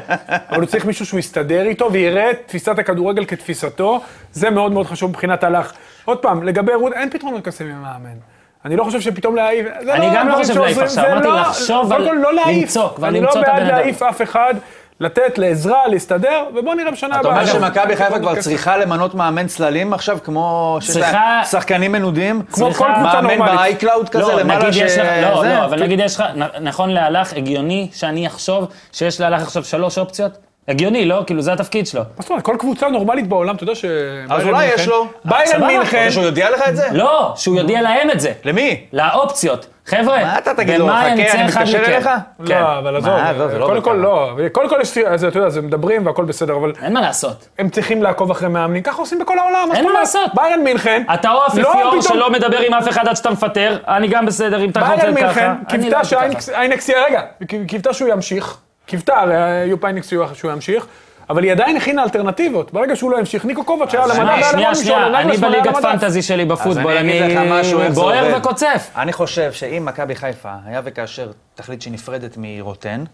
אבל הוא צריך מישהו שהוא יסתדר איתו ויראה את תפיסת הכדורגל כתפיסתו. זה מאוד מאוד חשוב מבחינת הלך. עוד פעם, לגבי רות, אין פתרונות קסמים עם המאמן. אני לא חושב שפתאום להעיף, זה אני לא גם לא דברים חושב להעיף שעוזרים, עכשיו, זה אמרתי לא- לחשוב קודם על- כל לא להעיף. למצוא, כבר אני למצוא לא את הבן בעד אדם. להעיף אף אחד, לתת לעזרה, להסתדר, ובוא נראה בשנה הבאה. אומר אגב, שמכבי חיפה כבר קסמים. צריכה למנות מאמן צללים עכשיו, כמו שיש להם צריכה- שחקנים מנודים? כמו כל צריכה- קבוצה מאמן נורמלית. ב-iCloud כזה לא, למעלה כן. נגיד יש לך, שזה- לא, לא, אבל נגיד יש לך, נ- נכון להלך, הגיוני שאני אחשוב שיש להלך עכשיו שלוש אופציות? הגיוני, לא? כאילו, זה התפקיד שלו. מה זאת אומרת? כל קבוצה נורמלית בעולם, אתה יודע ש... ביירן אולי מינכן- יש לו. ביירן אה, סבבה. מינכן, שהוא יודיע לך את זה? לא, שהוא יודיע להם את זה. למי? לאופציות. חבר'ה, מה אתה תגיד לו, במאי חכה, אצא אני אחד מתקשר מכם. אליך? כן. לא, אבל עזוב, מה, עזוב, זה לא קודם כל בכלל. לא, קודם כל יש, אז אתה יודע, אז הם מדברים והכל בסדר, אבל אין מה לעשות. הם צריכים לעקוב אחרי מאמנים, ככה עושים בכל העולם, אין זאת מה אומרת? לעשות. ביירן מינכן, אתה או לא, אפיפיור פתאום- שלא מדבר עם אף אחד עד שאתה מפטר, אני גם בסדר, אם אתה חוזר ביירן ככה. מינכן אני לא קיוותה ככה. שהאיינקס יהיה, רגע, היא קיוותה שהוא ימשיך, קיוותה, הרי יופ איינקס יהיה- שהוא ימשיך. אבל היא עדיין הכינה אלטרנטיבות, ברגע שהוא לא המשיך, ניקו קובץ' היה על המדע, שמע, היה על שנייה, המדע, שנייה, אני בליגת פנטזי שלי בפוטבול, אז אני אגיד לך משהו, איך זה בוער עובד. וקוצף. אני חושב שאם מכבי חיפה, היה וכאשר תחליט שהיא נפרדת מרוטן,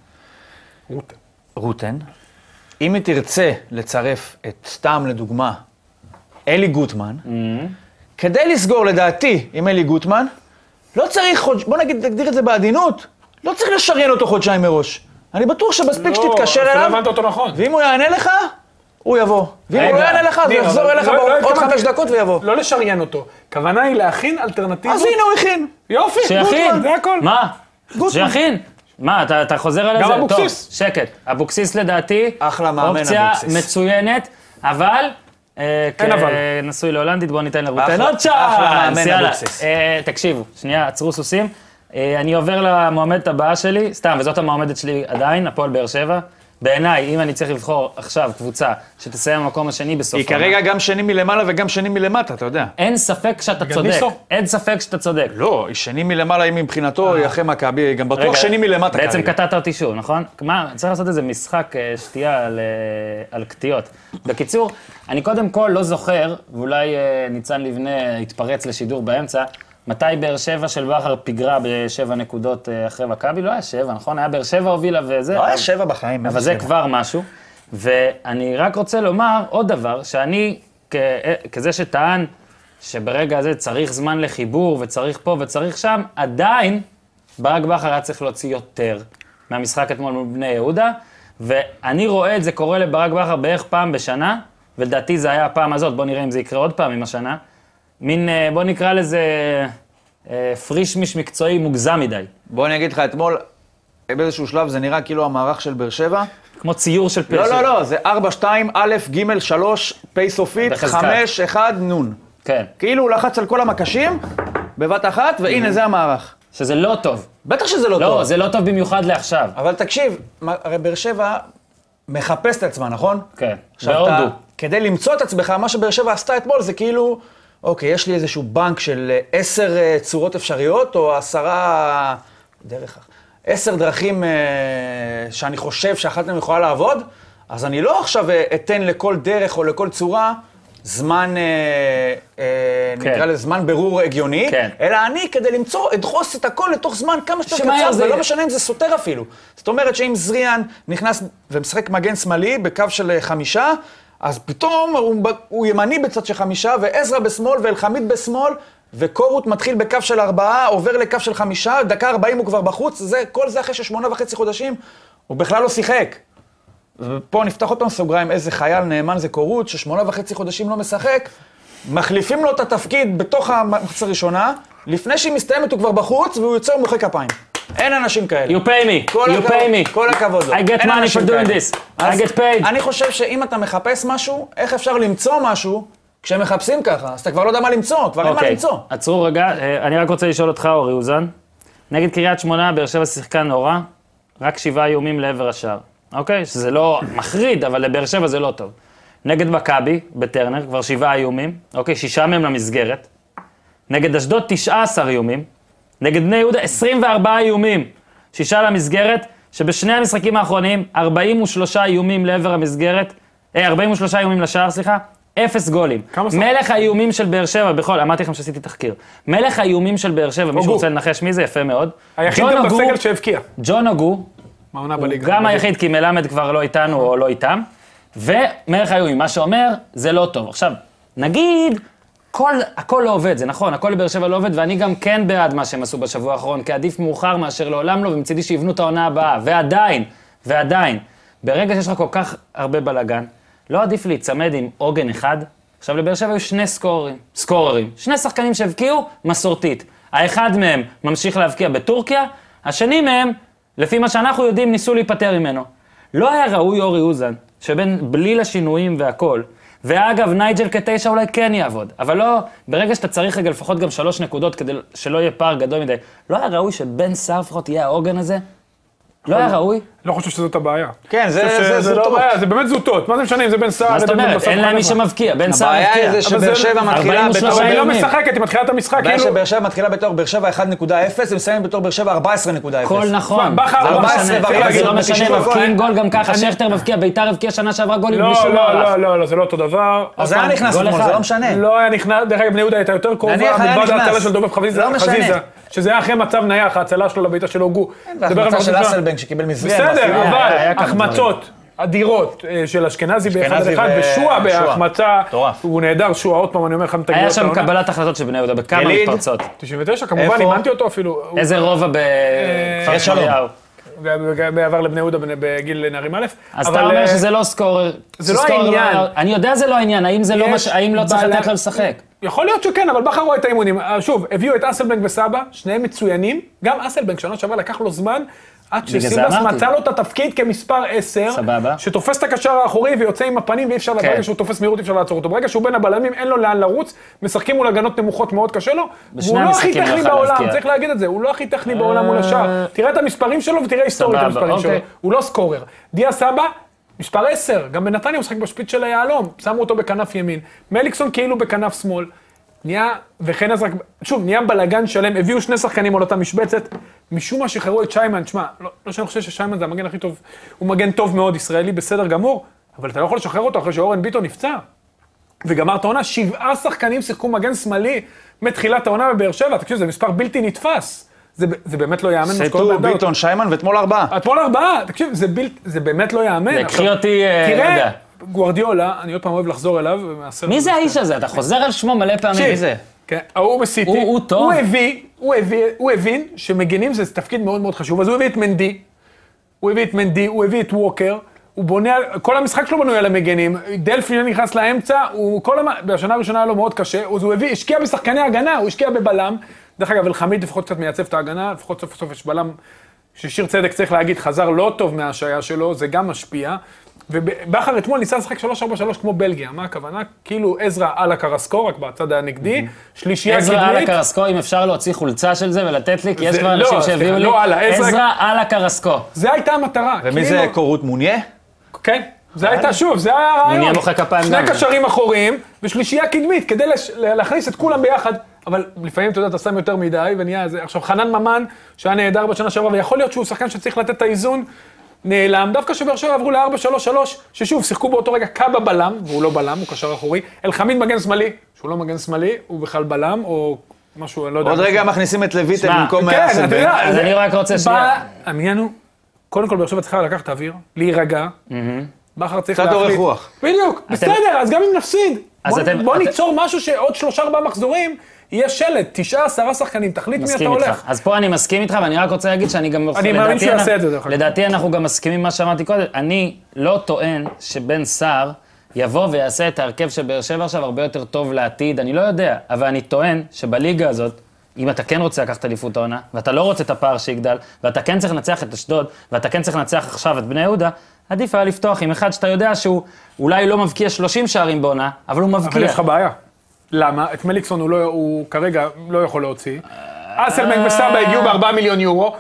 רוטן, אם היא תרצה לצרף את, סתם לדוגמה, אלי גוטמן, Mm-hmm. כדי לסגור לדעתי עם אלי גוטמן, לא צריך, חודש, בוא נגיד, נגדיר את זה בעדינות, לא צריך לשריין אותו חודשיים מראש. אני בטוח שמספיק שתתקשר לא, אליו, אתה לא הבנת אותו נכון. ואם הוא יענה לך, הוא יבוא. ואם הוא רגע, לא יענה לך, אז הוא ניר, יחזור אבל אליך לא- לא בעוד התכוונתי- חמש דקות ויבוא. לא לשריין אותו, הכוונה היא להכין אלטרנטיבות. אז הנה הוא הכין. יופי, שיכין, גוטמן, זה הכל. מה? גוטמן. שיכין. מה, אתה, אתה חוזר על גם זה? אבוקסיס. טוב, שקט. אבוקסיס לדעתי, אחלה מאמן, אופציה אבוקסיס. מצוינת, אבל... אה, אין אבל. נשוי להולנדית, בואו ניתן לרוטן אחלה- עוד אחלה צ'אנס, מאמן, יאללה. אבוקסיס. אה, תקשיבו, שנייה, עצרו סוסים. אה, אני עובר למועמדת הבאה שלי, סתם, וזאת המועמדת שלי עדיין, הפועל באר שבע. בעיניי, אם אני צריך לבחור עכשיו קבוצה שתסיים במקום השני בסוף... היא העונה, כרגע גם שני מלמעלה וגם שני מלמטה, אתה יודע. אין ספק שאתה צודק. ניסו. אין ספק שאתה צודק. לא, היא שני מלמעלה, אם מבחינתו היא אחרי מכבי, גם בטוח שני מלמטה כרגע. אה. בעצם קטעת אותי שוב, נכון? מה, צריך לעשות איזה משחק אה, שתייה על, אה, על קטיעות. בקיצור, אני קודם כל לא זוכר, ואולי אה, ניצן לבנה התפרץ לשידור באמצע, מתי באר שבע של בכר פיגרה בשבע נקודות אה, אחרי מכבי? לא היה שבע, נכון? היה באר שבע הובילה וזה. לא היה אבל- שבע בחיים. אבל זה כבר משהו. ואני רק רוצה לומר עוד דבר, שאני, כ- כזה שטען שברגע הזה צריך זמן לחיבור, וצריך פה וצריך שם, עדיין ברק בכר היה צריך להוציא יותר מהמשחק אתמול מול בני יהודה, ואני רואה את זה קורה לברק בכר בערך פעם בשנה, ולדעתי זה היה הפעם הזאת, בוא נראה אם זה יקרה עוד פעם עם השנה. מין, אה, בוא נקרא לזה אה, פרישמיש מקצועי מוגזם מדי. בוא אני אגיד לך, אתמול, באיזשהו שלב זה נראה כאילו המערך של באר שבע. כמו ציור של פרשת. לא, לא, לא, זה 4, 2, א', ג', 3, פ' סופית, בחזקת. 5, 1, נ'. כן. כאילו הוא לחץ על כל המקשים בבת אחת, והנה זה המערך. שזה לא טוב. בטח שזה לא טוב. Mm-hmm. לא, זה לא טוב במיוחד לעכשיו. אבל תקשיב, מה- הרי באר שבע מחפש את עצמה, נכון? כן, עכשיו אתה- בהודו. כדי למצוא את עצמך, מה שבאר שבע עשתה אתמול זה כאילו, אוקיי, יש לי איזשהו בנק של אה, עשר אה, צורות אפשריות, או עשרה... דרך... עשר דרכים אה, שאני חושב שאחת מהן יכולה לעבוד, אז אני לא עכשיו אה, אתן לכל דרך או לכל צורה זמן, אה, אה, כן. נקרא לזה זמן ברור הגיוני, כן. אלא אני, כדי למצוא, אדחוס את הכל לתוך זמן כמה שיותר שמהר קצר, זה ולא יהיה. משנה אם זה סותר אפילו. זאת אומרת שאם זריאן נכנס ומשחק מגן שמאלי בקו של אה, חמישה, אז פתאום הוא, ב- הוא ימני בצד של חמישה, ועזרא בשמאל ואלחמיד בשמאל, וקורות מתחיל בקו של ארבעה, עובר לקו של חמישה, דקה ארבעים הוא כבר בחוץ, זה, כל זה אחרי ששמונה וחצי חודשים, הוא בכלל לא שיחק. ופה נפתח עוד פעם סוגריים, איזה חייל נאמן זה קורות, ששמונה וחצי חודשים לא משחק, מחליפים לו את התפקיד בתוך המחצית הראשונה, לפני שהיא מסתיימת הוא כבר בחוץ, והוא יוצא ומוחא כפיים. אין אנשים כאלה. You pay me, כל you הכבוד- pay me. כל הכבוד לו. I get אין money אנשים for doing כאלה. this. I אז get paid. אני חושב שאם אתה מחפש משהו, איך אפשר למצוא משהו כשמחפשים ככה? אז אתה כבר לא יודע מה למצוא, כבר אין מה אוקיי, למצוא. עצרו רגע, אה, אני רק רוצה לשאול אותך, אורי אוזן. נגד קריית שמונה, באר שבע שיחקה נורא, רק שבעה איומים לעבר השער. אוקיי? שזה לא מחריד, אבל לבאר שבע זה לא טוב. נגד מכבי, בטרנר, כבר שבעה איומים, אוקיי? שישה מהם למסגרת. נגד אשדוד, 19 איומים. נגד בני יהודה, 24 איומים. שישה למסגרת, שבשני המשחקים האחרונים, 43 איומים לעבר המסגרת, אה, 43 איומים לשער, סליחה, אפס גולים. כמה שחקנים? מלך האיומים של באר שבע, בכל, אמרתי לכם שעשיתי תחקיר. מלך האיומים של באר שבע, מישהו הוגו. רוצה לנחש מי זה? יפה מאוד. היחיד ג'ון גם הוגו- בסגל שהבקיע. ג'ון הגו, מהעונה בליגה. גם היחיד, כי מלמד כבר לא איתנו או לא איתם, ומלך היומי, מה שאומר, זה לא טוב. עכשיו, נגיד, כל, הכל לא עובד, זה נכון, הכל בבאר שבע לא עובד, ואני גם כן בעד מה שהם עשו בשבוע האחרון, כי עדיף מאוחר מאשר לעולם לא, ומצידי שיבנו את העונה הבאה, ועדיין, ועדיין, ברגע שיש לך כל כך הרבה בלאגן, לא עדיף להיצמד עם עוגן אחד? עכשיו, לבאר שבע היו שני סקוררים, סקוררים, שני שחקנים שהבקיעו מסורתית. האחד מהם ממשיך להבקיע בטורקיה, השני מהם לפי מה שאנחנו יודעים, ניסו להיפטר ממנו. לא היה ראוי אורי אוזן, שבין בליל השינויים והכול, ואגב, נייג'ל כתשע אולי כן יעבוד, אבל לא, ברגע שאתה צריך רגע לפחות גם שלוש נקודות כדי שלא יהיה פער גדול מדי, לא היה ראוי שבן סער לפחות יהיה העוגן הזה? לא היה ראוי? לא חושב שזאת הבעיה. כן, זה- אני חושב זה- שזה זה לא זוטות. הבעיה, זה באמת זוטות. מה זה משנה אם זה בן סער? מה זאת לבין בן אומרת? בסט, אין כל להם מי הזמן. שמבקיע, בן סער הבעיה היא מבקיע. זה אבל שבאר זה- שבע מתחילה 43 בתור אבל היא לא גורמים. משחקת, היא מתחילה את המשחק, הבעיה כאילו... שבאר שבע מתחילה בתור באר שבע 1.0 ומסיימת בתור באר שבע 14.0. הכל נכון, בכר זה לא 14 משנה, ורבע, זה לא זה משנה, 90 מבקיעים גול גם ככה, אני- שכטר מבקיע, ביתר הבקיע שנה שעברה גולים, לא, מישהו לא, הלך. לא, לא, לא, זה לא אותו דבר. אוקיי. אז היה פעם, נכנס גול אתמול, אחד. זה לא משנה. לא היה נכנס, דרך אגב, בני יהודה הייתה יותר קרובה, נניח היה מלבד נכנס. ההצלה של דובב חזיזה, לא משנה. חזיזה, שזה היה אחרי מצב נייח, ההצלה שלו לביתה של הוגו. מדבר על והחמצה של מצב- אסלבנק שקיבל מזריה. לא. בסדר, אה, בעשירייה. אבל כן, היה כמה החמצות אדירות אה, של אשכנזי באחד על אשכנזי אחד, ו- ושועה שועה. בהחמצה, מטורף. הוא נהדר, שועה, עוד פעם, אני אומר לכם את היה הגדולות שם העונה. קבלת החלטות של בני יהודה, בכמה יליד. מתפרצות. 99, כמובן, איפה? אימנתי אותו אפילו. הוא- אה, איזה רובע בכפר שלום. שמריהו. בעבר לבני יהודה בנ- בגיל נערים א', אה, אז אתה אומר שזה לא סקורר. זה לא שסקורר העניין. היה- אני יודע זה לא העניין, האם זה לא יש מה ש- האם לא צריך בעלה- כן, לתת לו לשחק? יכול להיות שכן, אבל בכר רואה את האימונים. אה, שוב, הביאו את אסלבנק וסבא, שניהם מצוינים. גם אסלבנק, שנה שעברה לקח לו זמן, עד בגלל זה שסילבס אמרתי. מצא לו את התפקיד כמספר 10, סבבה. שתופס את הקשר האחורי ויוצא עם הפנים, ואי אפשר, כן. ברגע שהוא תופס מהירות אי אפשר לעצור אותו. ברגע שהוא בין הבלמים, אין לו לאן לרוץ, משחקים מול הגנות נמוכות, מאוד קשה לו. בשני והוא לא הכי המשחקים טכני הוא כן. יכל בעולם, להבקיע. צריך להגיד את זה, הוא לא הכי טכני בעולם אה, מול השאר. תראה את המספרים שלו ותראה היסטורית את סבבה, המספרים שלו. אוקיי. הוא לא סקורר. דיה סבא, מספר 10, גם בנתניה הוא משחק בשפיץ של היהלום, שמו אותו בכנף ימין. מליקסון כאילו בכנף שמאל. נהיה, וכן אז רק, שוב, נהיה בלאגן שלם, הביאו שני שחקנים על אותה משבצת, משום מה שחררו את שיימן, שמע, לא, לא שאני חושב ששיימן זה המגן הכי טוב, הוא מגן טוב מאוד, ישראלי, בסדר גמור, אבל אתה לא יכול לשחרר אותו אחרי שאורן ביטון נפצע. וגמר את העונה, שבעה שחקנים שיחקו מגן שמאלי מתחילת העונה בבאר שבע, תקשיב, זה מספר בלתי נתפס. זה, ב- זה באמת לא ייאמן מה שקורה סטו, בהגדרות. אה, ביטון, שיימן ואתמול ארבעה. אתמול ארבעה, תקשיב, זה, בל... זה באמת לא ייאמן. זה עכשיו, קחי אותי, אה, לא תראה, יודע. גוארדיולה, אני עוד פעם אוהב לחזור אליו. מהסרט מי זה הזה. האיש הזה? אתה חוזר על שמו מלא פעמים. מי זה? כן, ההוא בסיטי. הוא- הוא טוב. הוא הביא, הוא הביא, הוא הבין שמגינים זה תפקיד מאוד מאוד חשוב, אז הוא הביא את מנדי. הוא הביא את מנדי, הוא הביא את ווקר. הוא בונה, על- כל המשחק שלו בנוי על המגנים. דלפי לא נכנס לאמצע, הוא כל המ... בשנה הראשונה היה לו מאוד קשה, אז הוא הביא, השקיע בשחקני הגנה, הוא השקיע בבלם. דרך אגב, אלחמיד לפחות קצת מייצב את ההגנה, לפחות סוף סוף יש בלם ששיר צדק, צריך להגיד, חזר לא טוב מההשעיה שלו, זה גם משפיע. ובכר אתמול ניסה לשחק 3-4-3 כמו בלגיה, מה הכוונה? כאילו עזרא על הקרסקו, רק בצד הנגדי, שלישייה עזרא על קדמית. הקרסקו, אם אפשר להוציא חולצה של זה ולתת לי, כי יש זה- כבר לא, אנשים סליחה, שהביאו לי. לא, הלאה, עזרא- עזרא על הקרסקו. זה הייתה המטרה. ומי כאילו- זה קורות מוניה? כן, זה הייתה שוב, זה היה הרעיון. מעוניין מוחא כפיים שני גם. קשרים אחוריים ושלישייה קדמית, כדי לש... ל- להכניס את כולם ביחד. אבל לפעמים, אתה יודע, אתה שם יותר מדי ונהיה איזה... עכשיו, חנן ממן, שהיה נהדר בשנה שעברה, ויכול להיות שהוא שחקן שצריך לתת את האיזון, נעלם. דווקא שבאר שבע עברו ל-4-3-3, ששוב, שיחקו באותו רגע קאבה בלם, והוא לא בלם, הוא קשר אחורי. אלחמיד מגן שמאלי, שהוא לא מגן שמאלי, הוא בכלל בלם, או משהו, אני לא יודע. עוד משהו. רגע מכניסים את לויטל שמע, במקום כן, אתה אסלבנק. יודע, אז זה- אני רק רוצה בא- שנייה. העניין הוא, קודם כל באר שבע צריכה לקחת אוויר, להירגע. בכר צריך קצת להחליט. אורך רוח. בדיוק, בסדר, אז גם אם נפסיד, אז בוא- אתם- בוא אתם- ניצור משהו שעוד שלושה ארבעה מחזורים, יהיה שלט, תשעה, עשרה שחקנים, תחליט מי אתה מסכים איתך. הולך. אז פה אני מסכים איתך, ואני רק רוצה להגיד שאני גם... אני לדעתי מאמין שהוא אנחנו- יעשה את זה, דרך אגב. לדעתי אנחנו גם מסכימים מה שאמרתי קודם. אני לא טוען שבן סער יבוא ויעשה את ההרכב של באר שבע עכשיו הרבה יותר טוב לעתיד, אני לא יודע, אבל אני טוען שבליגה הזאת... אם אתה כן רוצה לקחת אליפות העונה, ואתה לא רוצה את הפער שיגדל, ואתה כן צריך לנצח את אשדוד, ואתה כן צריך לנצח עכשיו את בני יהודה, עדיף היה לפתוח עם אחד שאתה יודע שהוא אולי לא מבקיע 30 שערים בעונה, אבל הוא מבקיע. אבל יש לך בעיה. למה? את מליקסון הוא לא- הוא כרגע לא יכול להוציא. אה, אסלבנק וסבא הגיעו בארבעה מיליון יורו.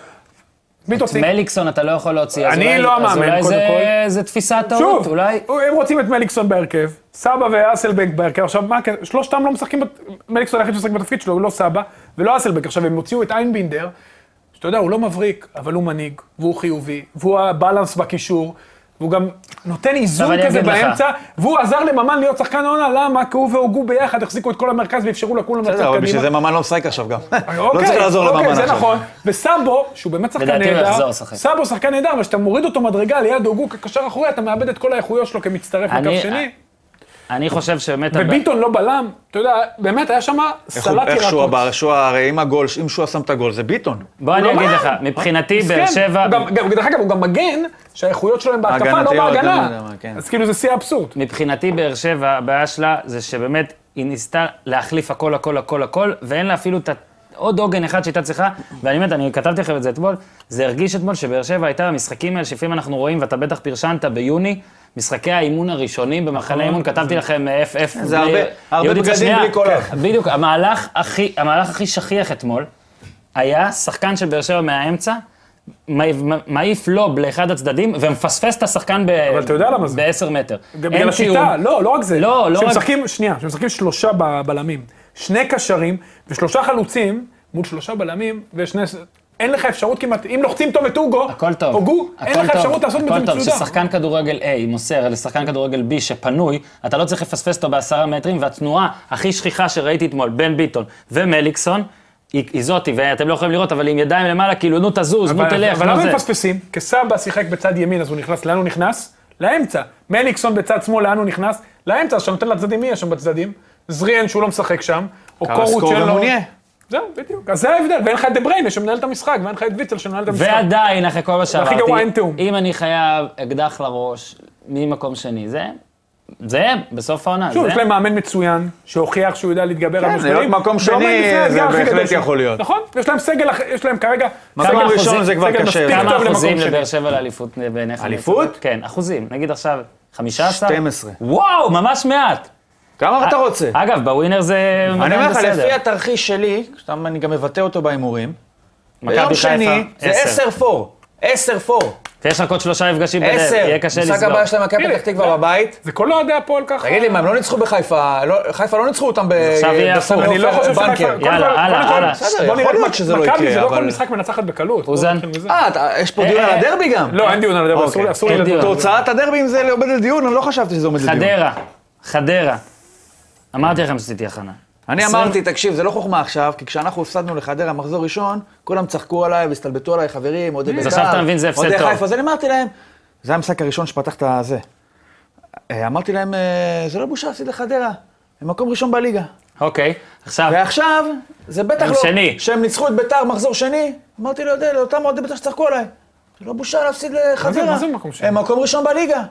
מי תוציא? מליקסון אתה לא יכול להוציא, אז אני אולי- לא אז המאמן, אולי קודם זה- כל. זה תפיסת טעות, שוב, אולי... הם רוצים את מליקסון בהרכב, סבא ואסלבנק בהרכב, עכשיו מה, הקטע? שלושתם לא משחקים, בת- מליקסון היחיד שמשחק בתפקיד שלו, לא סבא ולא אסלבנק, עכשיו הם הוציאו את איינבינדר, שאתה יודע, הוא לא מבריק, אבל הוא מנהיג, והוא חיובי, והוא הבלנס בקישור, והוא גם נותן איזון אני כזה אגיד לך. באמצע, והוא עזר לממן להיות שחקן העונה, למה? כי הוא והוגו ביחד החזיקו את כל המרכז ואפשרו לכולם לצאת בסדר, קדימה. אבל בשביל זה ממן לא משחק עכשיו גם. לא אוקיי, צריך לעזור לממן אוקיי, עכשיו. זה נכון. וסאבו, שהוא באמת שחקן לדעתי הוא יחזור נהדר, לשחק. סאבו שחקן נהדר, אבל כשאתה מוריד אותו מדרגה ליד הוגו כקשר אחורי, אתה מאבד את כל האיכויות שלו כמצטרף אני- לקו שני. אני חושב שבאמת... וביטון לא בלם, אתה יודע, באמת היה שם איך סלט הוא- ירקות. איך שועה בר, שועה, הרי אם הגול, אם שועה שם את הגול, זה ביטון. בוא אני הוא לא אגיד לך, בלם. מבחינתי מסכן. באר שבע... כן, הוא גם- גם- דרך אגב, הוא גם מגן, שהאיכויות שלו הן בהתקפה, לא הגנתי, לא, גם בהגנה. יודע מה, כן. אז כאילו זה שיא האבסורד. מבחינתי באר שבע, הבעיה שלה זה שבאמת היא ניסתה להחליף הכל, הכל, הכל, הכל, ואין לה אפילו את ה... עוד עוגן אחד שהייתה צריכה, ואני באמת, אני כתבתי לכם את זה אתמול, זה הרגיש אתמול שבאר שבע הייתה במשחקים האלה, שלפעמים אנחנו רואים, ואתה בטח פרשנת ביוני, משחקי האימון הראשונים במחנה נכון. אימון, כתבתי לכם FF. זה הרבה- הרבה בגדים בלי קולר. כן, בדיוק, המהלך הכי, המהלך הכי שכיח אתמול, היה שחקן של באר שבע מהאמצע, מ- מ- מעיף לוב לאחד הצדדים, ומפספס את השחקן ב- אבל אתה יודע למה זה. בעשר מטר. גם אין בגלל השיטה, תיאום. לא, לא רק זה. לא, לא רק- שמשחקים, שנייה, שמשחקים שלושה ב- בלמים, שני קשרים ושלושה חלוצים מול שלושה בלמים ושני... אין לך אפשרות כמעט, אם לוחצים טוב את אוגו, הכל טוב. אוגו, אין הכל לך טוב, אפשרות לעשות מזה הכל טוב, מצודר. כששחקן כדורגל A מוסר לשחקן כדורגל B שפנוי, אתה לא צריך לפספס אותו בעשרה מטרים, והתנועה הכי שכיחה שראיתי אתמול, בן ביטון ומליקסון, היא היא זאתי, ואתם לא יכולים לראות, אבל היא עם ידיים למעלה, כאילו, נו תזוז, נו אבל תלך, אבל נו למה זה. הם מפספסים? כי סבא שיחק בצד ימין, אז הוא נכנס, לאן הוא נכנס? לאמצע. מליקסון בצד שמאל, לאן הוא נכנס? לאמצע, אז אתה נותן לצדדים, מי יש שם בצדדים? זריאן שהוא לא משחק שם, או קורות קרסקו שלו. אה, ומוניה. זהו, בדיוק. אז זה ההבדל, ואין לך את דה בריינה שמנהל את המשחק, ואין לך את ויצל שמנהל את המשחק. ועדיין, אחרי כל מה שאמרתי, גרוע, אין תיאום. אם אני חייב אקדח לראש ממקום שני, זה, זה הם, בסוף העונה, שוב, זה יש הם. להם מאמן מצוין, שהוכיח שהוא יודע להתגבר על כן, משברים. להיות מקום ועומד שני, לפני האתגר זה הכי גדול בהחלט שלו. יכול להיות. נכון, יש להם סגל, אח- יש להם כרגע... מקום כמה ראשון אחוזים- זה כבר סגל קשה. מספיק כמה טוב למקום אחוזים שני. לבאר שבע לאליפות אה, בעיניך? אליפות? כן, אחוזים. נגיד עכשיו 15? 12. וואו, ממש מעט. כמה אתה אה, רוצה? אגב, בווינר זה... אני עדיין אומר לך, בסדר. לפי התרחיש שלי, שאתה- אני גם מבטא אותו בהימורים, מכבי ביום חיפה, שני זה עשר. 10 פור. 10 פור. ויש רק עוד שלושה מפגשים בדרך, 10. יהיה קשה משחק לסגור. הבא שלהם מכבי הנה, פתח תקווה בבית. זה כל אוהדי הפועל ככה. תגיד לי, מה, הם לא ניצחו בחיפה? לא- חיפה לא ניצחו אותם ב- עכשיו יהיה בסמי הפוך. אני לא עופר חושב שחיפה... בנקר. קודם כל- יאללה, קודם הלאה, כל- הלאה. בסדר, בוא נראה, יכול להיות שזה לא מכבי זה יקרה, לא כל אבל- משחק מנצחת בקלות. בוא אוזן. נתחיל מזה. אה, אתה- יש פה דיון על הדרבי גם. לא, אין דיון על הדבר, אסור- אוקיי. אסור לי אין לדון. דיון. תוצאת הדרבי, אם זה עומד לדיון, אני לא חשבתי שזה עומד לדיון. חדרה, חדרה. אמרתי לכם שתהיה הכנה. אני עשרים- אמרתי, תקשיב, זה לא חוכמה עכשיו, כי כשאנחנו הפסדנו לחדרה מחזור ראשון, כולם צחקו עליי והסתלבטו עליי, חברים, אוהדי אז בית"ר, עכשיו אתה מבין, זה הפסד אוהדי טוב. חיפה, אז אני אמרתי להם, זה המשחק הראשון שפתח את הזה. אה, אמרתי להם, אה, זה לא בושה להפסיד לחדרה, הם מקום ראשון בליגה. אוקיי, עכשיו, ועכשיו, זה בטח הם לא, שני. שהם ניצחו את בית"ר מחזור שני, אמרתי לו, יודע, לאותם אוהדי בית"ר שצחקו עליי, זה לא בושה להפסיד לחדרה. מה זה מקום שני? הם מקום ראשון בליגה.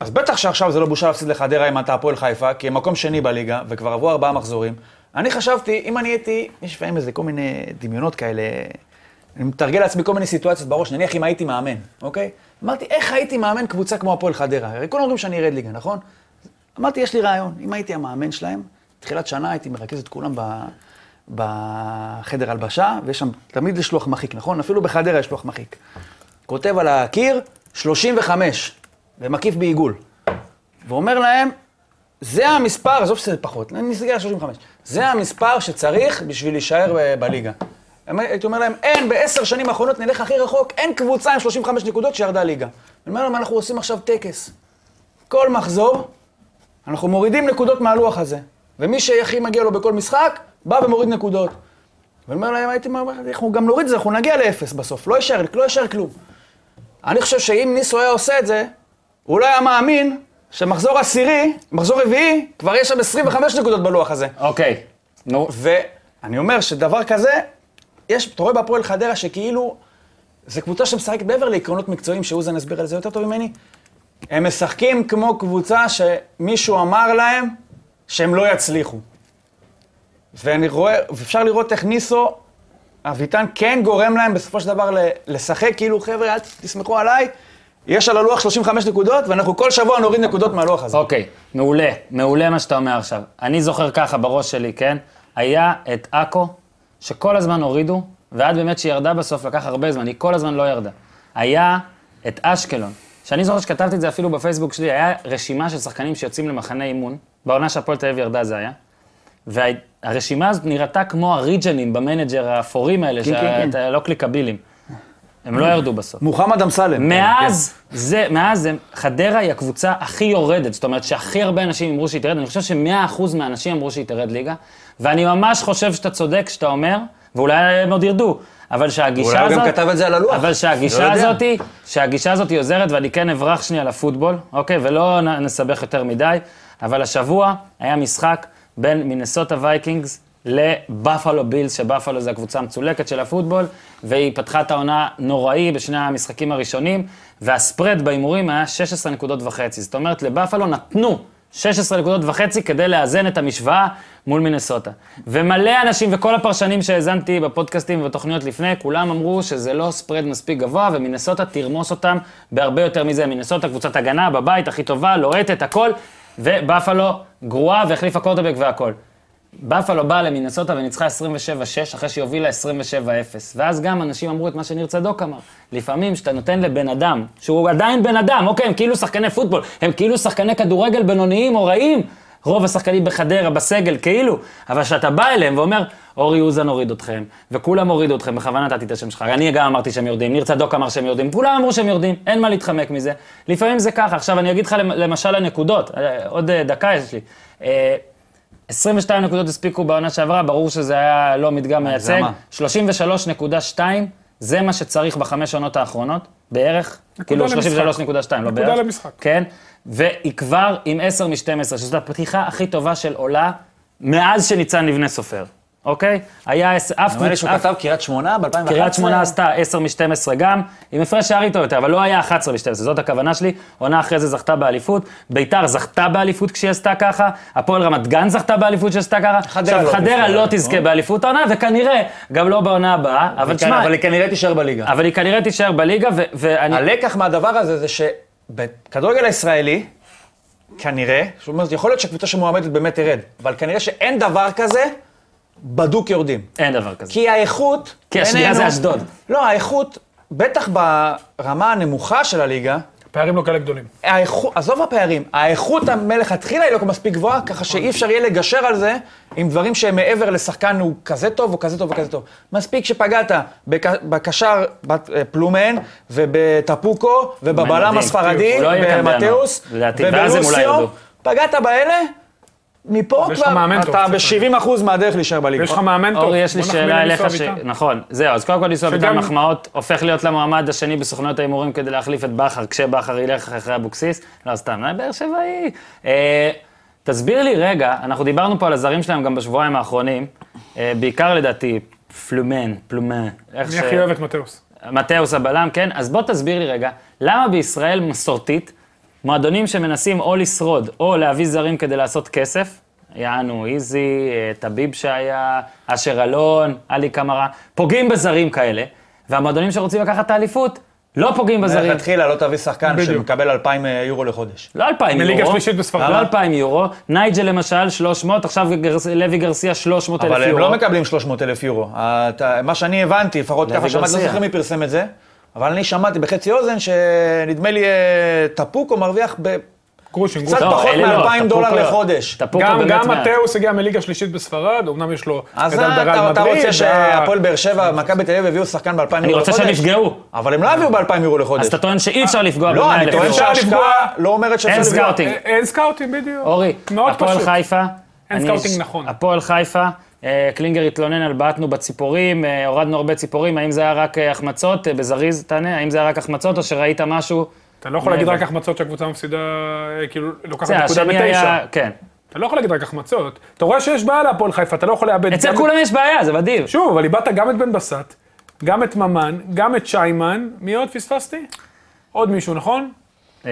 אז בטח שעכשיו זה לא בושה להפסיד לחדרה אם אתה הפועל חיפה, כי הם מקום שני בליגה, וכבר עברו ארבעה מחזורים. אני חשבתי, אם אני הייתי, יש לפעמים איזה כל מיני דמיונות כאלה, אני מתרגל לעצמי כל מיני סיטואציות בראש, נניח אם הייתי מאמן, אוקיי? אמרתי, איך הייתי מאמן קבוצה כמו הפועל חדרה? הרי כולם אומרים שאני ארד ליגה, נכון? אמרתי, יש לי רעיון, אם הייתי המאמן שלהם, תחילת שנה הייתי מרכז את כולם ב... בחדר הלבשה, ויש שם, תמיד יש לוח מחיק, נכון? אפילו בחדרה יש לוח מחיק. כותב על הקיר 35, ומקיף בעיגול. ואומר להם, זה המספר, עזוב שזה פחות, נסתכל על 35, זה המספר שצריך בשביל להישאר ב- בליגה. הם- הייתי אומר להם, אין, בעשר שנים האחרונות נלך הכי רחוק, אין קבוצה עם 35 נקודות שירדה ליגה. אני אומר להם, אנחנו עושים עכשיו טקס. כל מחזור, אנחנו מורידים נקודות מהלוח הזה. ומי שהכי מגיע לו בכל משחק, בא ומוריד נקודות. ואני אומר להם, הייתי אומר, אנחנו גם נוריד את זה, אנחנו נגיע לאפס בסוף, לא יישאר, לא יישאר כלום. אני חושב שאם ניסו היה עושה את זה, הוא לא היה מאמין שמחזור עשירי, מחזור רביעי, כבר יש שם 25 נקודות בלוח הזה. אוקיי. נו, ואני אומר שדבר כזה, יש, אתה רואה בהפועל חדרה שכאילו, זו קבוצה שמשחקת מעבר לעקרונות מקצועיים, שאוזן הסביר על זה יותר טוב ממני. הם משחקים כמו קבוצה שמישהו אמר להם שהם לא יצליחו. ואני רואה, ואפשר לראות איך ניסו, אביטן כן גורם להם בסופו של דבר ל- לשחק, כאילו, חבר'ה, אל תסמכו עליי, יש על הלוח 35 נקודות, ואנחנו כל שבוע נוריד נקודות מהלוח הזה. אוקיי, מעולה, מעולה מה שאתה אומר עכשיו. אני זוכר ככה בראש שלי, כן? היה את עכו, שכל הזמן הורידו, ועד באמת שהיא ירדה בסוף לקח הרבה זמן, היא כל הזמן לא ירדה. היה את אשקלון, שאני זוכר שכתבתי את זה אפילו בפייסבוק שלי, היה רשימה של שחקנים שיוצאים למחנה אימון, בעונה שהפועל תל אביב ירדה זה היה. והרשימה הזאת נראתה כמו הריג'נים במנג'ר האפורים האלה, כן, שה- כן. את הלא קליקבילים. הם לא ירדו בסוף. מוחמד אמסלם. כן, מאז, זה, מאז זה, חדרה היא הקבוצה הכי יורדת, זאת אומרת שהכי הרבה אנשים אמרו שהיא תרד, אני חושב ש-100% מהאנשים אמרו שהיא תרד ליגה, ואני ממש חושב שאתה צודק כשאתה אומר, ואולי הם עוד ירדו, אבל שהגישה אולי הזאת... הוא גם כתב את זה על הלוח. אבל לא שהגישה יודע. הזאת, שהגישה הזאת היא עוזרת, ואני כן אברח שנייה לפוטבול, אוקיי? ולא נ- נסבך יותר מדי, אבל השבוע היה משחק בין מינסוטה וייקינגס לבאפלו בילס, שבאפלו זה הקבוצה המצולקת של הפוטבול, והיא פתחה את העונה נוראי בשני המשחקים הראשונים, והספרד בהימורים היה 16 נקודות וחצי. זאת אומרת, לבאפלו נתנו 16 נקודות וחצי כדי לאזן את המשוואה מול מינסוטה. ומלא אנשים וכל הפרשנים שהאזנתי בפודקאסטים ובתוכניות לפני, כולם אמרו שזה לא ספרד מספיק גבוה, ומינסוטה תרמוס אותם בהרבה יותר מזה. מינסוטה קבוצת הגנה, בבית, הכי טובה, לוהטת, הכל, ובאפלו גרועה והחליפה קורטבק והכל. בפלו באה למינסוטה וניצחה 27-6 אחרי שהיא הובילה 27-0. ואז גם אנשים אמרו את מה שניר צדוק אמר. לפעמים כשאתה נותן לבן אדם, שהוא עדיין בן אדם, אוקיי, הם כאילו שחקני פוטבול, הם כאילו שחקני כדורגל בינוניים או רעים, רוב השחקנים בחדרה, בסגל, כאילו, אבל כשאתה בא אליהם ואומר, אורי אוזן הוריד אתכם, וכולם הורידו אתכם, בכוונה נתתי את השם שלך, אני גם אמרתי שהם יורדים, ניר צדוק אמר שהם יורדים, כולם אמרו שהם יורדים, אין מה להתחמק מזה. לפעמים זה ככה, עכשיו אני אגיד לך למ- למשל הנקודות, אה, עוד אה, דקה יש לי. אה, 22 נקודות הספיקו בעונה שעברה, ברור שזה היה לא מדגם מייצג. הגזמה. 33.2, זה מה שצריך בחמש עונות האחרונות, בערך. כאילו למשחק. 33.2, לא נקודה בערך. למשחק. כן, והיא כבר עם 10 מ-12, שזו הפתיחה הכי טובה של עולה מאז שניצן לבנה סופר, אוקיי? היה עש- אף... נדמה לי שהוא אף- כתב קריית שמונה ב-2011. קריית שמונה עשתה 10 מ-12 גם, עם הפרש שער איתו יותר, אבל לא היה 11 מ-12, זאת הכוונה שלי. עונה אחרי זה זכתה באליפות, ביתר זכתה באליפות כשהיא עשתה ככה, הפועל רמת גן זכתה באליפות כשעשתה ככה, עכשיו לא חדרה תזכה, לא נכון? תזכה באליפות העונה, וכנראה גם לא בעונה הבאה, אבל תשמע, אבל היא כנראה תישאר בליגה. אבל היא כנראה תישאר בליגה, ו- ואני... הלקח מהדבר הזה זה שבכדורגל הישראלי, כנראה, זאת אומרת, יכול להיות שקבוצה שמועמדת באמת תרד, אבל כנראה שאין דבר כזה, בדוק יורדים. אין דבר כזה. כי האיכות... כי השנייה בינינו- זה אשדוד. לא, האיכות, בטח ברמה הנמוכה של הליגה, פערים לא כאלה גדולים. האיכות, עזוב הפערים, האיכות המלכתחילה היא לא מספיק גבוהה, ככה שאי אפשר יהיה לגשר על זה עם דברים שהם מעבר לשחקן הוא כזה טוב, או כזה טוב, או כזה טוב. מספיק שפגעת בק- בקשר בת- אה, פלומן, ובטפוקו, ובבלם מדהים. הספרדי, הוא לא יהיה כאן במטאוס, בינואר, לדעתי, ואז הם אולי ירדו. פגעת באלה, מפה ויש לך מאמן כבר טוב, אתה צריך ב-70% מהדרך להישאר בליגה. ויש לך מאמן טוב. אורי, יש לי בוא נחמיא שאלה לניסו אליך ש... אביטן. נכון, זהו, אז קודם כל ניסו אביטן שגם- מחמאות, הופך להיות למועמד השני בסוכנויות ההימורים כדי להחליף את בכר, כשבכר ילך אחרי אבוקסיס. לא, סתם, אה, באר שבעי. אה, תסביר לי רגע, אנחנו דיברנו פה על הזרים שלהם גם בשבועיים האחרונים, אה, בעיקר לדעתי, פלומן, פלומן. איך אני הכי אוהב את מתאוס. מתאוס הבלם, כן? אז בוא תסביר לי רגע, למה בישראל מסורתית, מועדונים שמנסים או לשרוד או להביא זרים כדי לעשות כסף, יענו איזי, אה, טביב שהיה, אשר אלון, עלי קמרה, פוגעים בזרים כאלה, והמועדונים שרוצים לקחת את האליפות, לא פוגעים בזרים. מלכתחילה לא תביא שחקן בדיוק. שמקבל 2,000 יורו לחודש. לא 2,000 יורו. מליגה שלישית בספרד. לא 2,000 יורו. נייג'ל למשל, 300, עכשיו גרס, לוי גרסיה, 300 אלף אבל יורו. הם לא מקבלים 300 אלף יורו. אתה- מה שאני הבנתי, לפחות לוי ככה שמעתי, לא גרסיה. זוכר מי פרסם את זה, אבל אני שמעתי בחצי אוזן שנדמה לי אה, טפוקו מרוויח ב... גרושים, קצת גרושים. לא, פחות אלה לא, מ-2,000 טפוקו דולר לא. לחודש. טפוקו גם, באמת גם מעט. מתאוס הגיע מליגה שלישית בספרד, אמנם יש לו... אז גדל אתה- בריאל אתה מדריד, רוצה וה- שהפועל באר שבע, מכבי תל אביב הביאו שחקן ב-2,000 יורו לחודש? אה, אני רוצה שהם יפגעו. אבל הם לא הביאו ב-2,000 יורו לחודש. אז אתה טוען שאי אפשר לפגוע לא, ב-100,000 אני יורו. טוען אפשר שההשקעה לפגוע. לא אומרת שאפשר אין לפגוע. סקאוטינג. אה, אין סקאוטים, בדיוק. אורי, מאוד הפועל פשוט. חיפה. אין אני- סקאוטינג נכון. הפועל חיפה, אה, קלינגר התלונן על בעטנו בציפורים, אה, הורדנו הרבה ציפורים, האם זה היה רק אה, החמצות? אה, בזריז, תענה, האם זה היה רק החמצות או שראית משהו? אתה לא יכול להגיד מעבר. רק החמצות שהקבוצה מפסידה, אה, כאילו, לוקחת זה, נקודה השני בתשע. היה... כן. אתה לא יכול להגיד רק החמצות. אתה רואה שיש בעיה להפועל חיפה, אתה לא יכול לאבד... גם אצל את- כולם יש בעיה, זה מדהים. שוב, אבל איבדת גם את בן בסט, גם את ממן, גם את שיימן, מי עוד פספסתי? עוד מישהו, נכון? אה,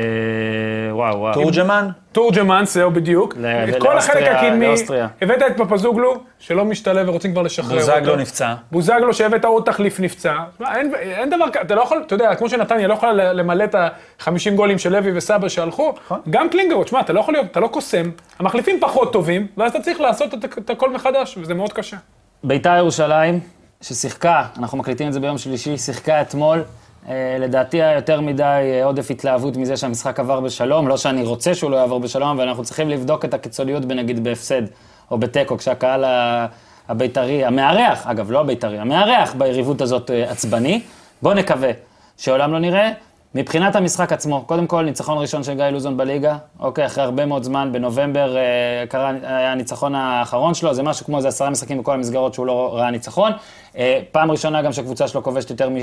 וואו, וואו. תורג'מן? תורג'מן, זהו בדיוק. ל- את ל- כל החלק לאוסטריה- הקדמי, לאוסטריה. הבאת את פפזוגלו, שלא משתלב ורוצים כבר לשחרר אותו. לא. בוזגלו נפצע. בוזגלו שהבאת עוד תחליף נפצע. מה, אין, אין דבר כזה, אתה לא יכול, אתה יודע, כמו שנתניה לא יכולה ל- למלא את ה-50 גולים של לוי וסבא שהלכו, נכון. גם קלינגרו, תשמע, אתה לא יכול להיות, אתה לא קוסם, המחליפים פחות טובים, ואז אתה צריך לעשות את, את הכל מחדש, וזה מאוד קשה. ביתר ירושלים, ששיחקה, אנחנו מקליטים את זה ביום שלישי, שיחקה אתמול. אה, לדעתי היה יותר מדי אה, עודף התלהבות מזה שהמשחק עבר בשלום, לא שאני רוצה שהוא לא יעבור בשלום, אבל אנחנו צריכים לבדוק את הקיצוניות בנגיד בהפסד או בתיקו, כשהקהל ה- הבית"רי, המארח, אגב, לא הבית"רי, המארח ביריבות הזאת אה, עצבני. בואו נקווה שעולם לא נראה. מבחינת המשחק עצמו, קודם כל ניצחון ראשון של גיא לוזון בליגה, אוקיי, אחרי הרבה מאוד זמן, בנובמבר אה, קרה, היה הניצחון האחרון שלו, זה משהו כמו איזה עשרה משחקים בכל המסגרות שהוא לא ראה ניצחון. אה, פעם ראשונה גם שהקבוצה שלו כובשת יותר מ...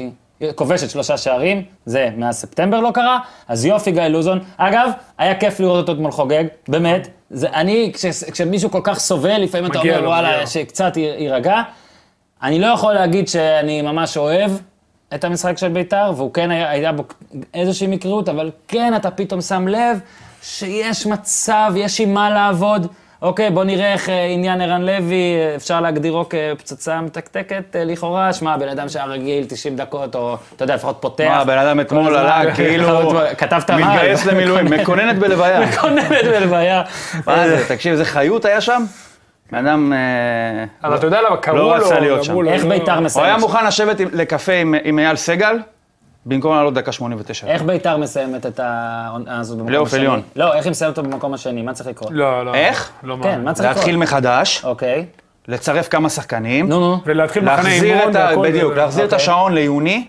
כובשת שלושה שערים, זה מאז ספטמבר לא קרה, אז יופי גיא לוזון. אגב, היה כיף לראות אותו אתמול חוגג, באמת. זה, אני, כש, כשמישהו כל כך סובל, לפעמים אתה מגיע אומר, לו, מגיע וואלה, לו." שקצת י- יירגע. אני לא יכול להגיד שאני ממש אוהב את המשחק של ביתר, והוא כן היה, היה בו איזושהי מקריות, אבל כן, אתה פתאום שם לב שיש מצב, יש עם מה לעבוד. אוקיי, בוא נראה איך אה, עניין ערן לוי, אה, אפשר להגדירו כפצצה מתקתקת אה, לכאורה. שמע, בן אדם שהיה רגיל 90 דקות, או אתה יודע, לפחות פותח. מה, הבן אדם כל אתמול הזמן- עלה כאילו... כתבת מה? מתגייס למילואים, מקוננת בלוויה. קונה בלוויה. מה זה, תקשיב, זה חיות היה שם? בן אדם... אה, אבל אתה יודע למה, קראו לו, לא רצה להיות אמרו שם. לו, איך לא- ביתר הוא היה מסיימת? מוכן לשבת עם- לקפה עם- עם אייל סגל, במקום לעלות דקה 89. איך ביתר מסיימת את העונה הזאת במקום השני? פלייאוף עליון. לא, איך היא מסיימת אותו במקום השני? מה צריך לקרות? לא, לא. איך? לא כן, מאמין. מה צריך לקרות? להתחיל מחדש, אוקיי. לצרף כמה שחקנים, נו, נו. ולהתחיל מחנה להחזיר אימון את ה... והכל זה- בדיוק, להחזיר את אוקיי. השעון ליוני,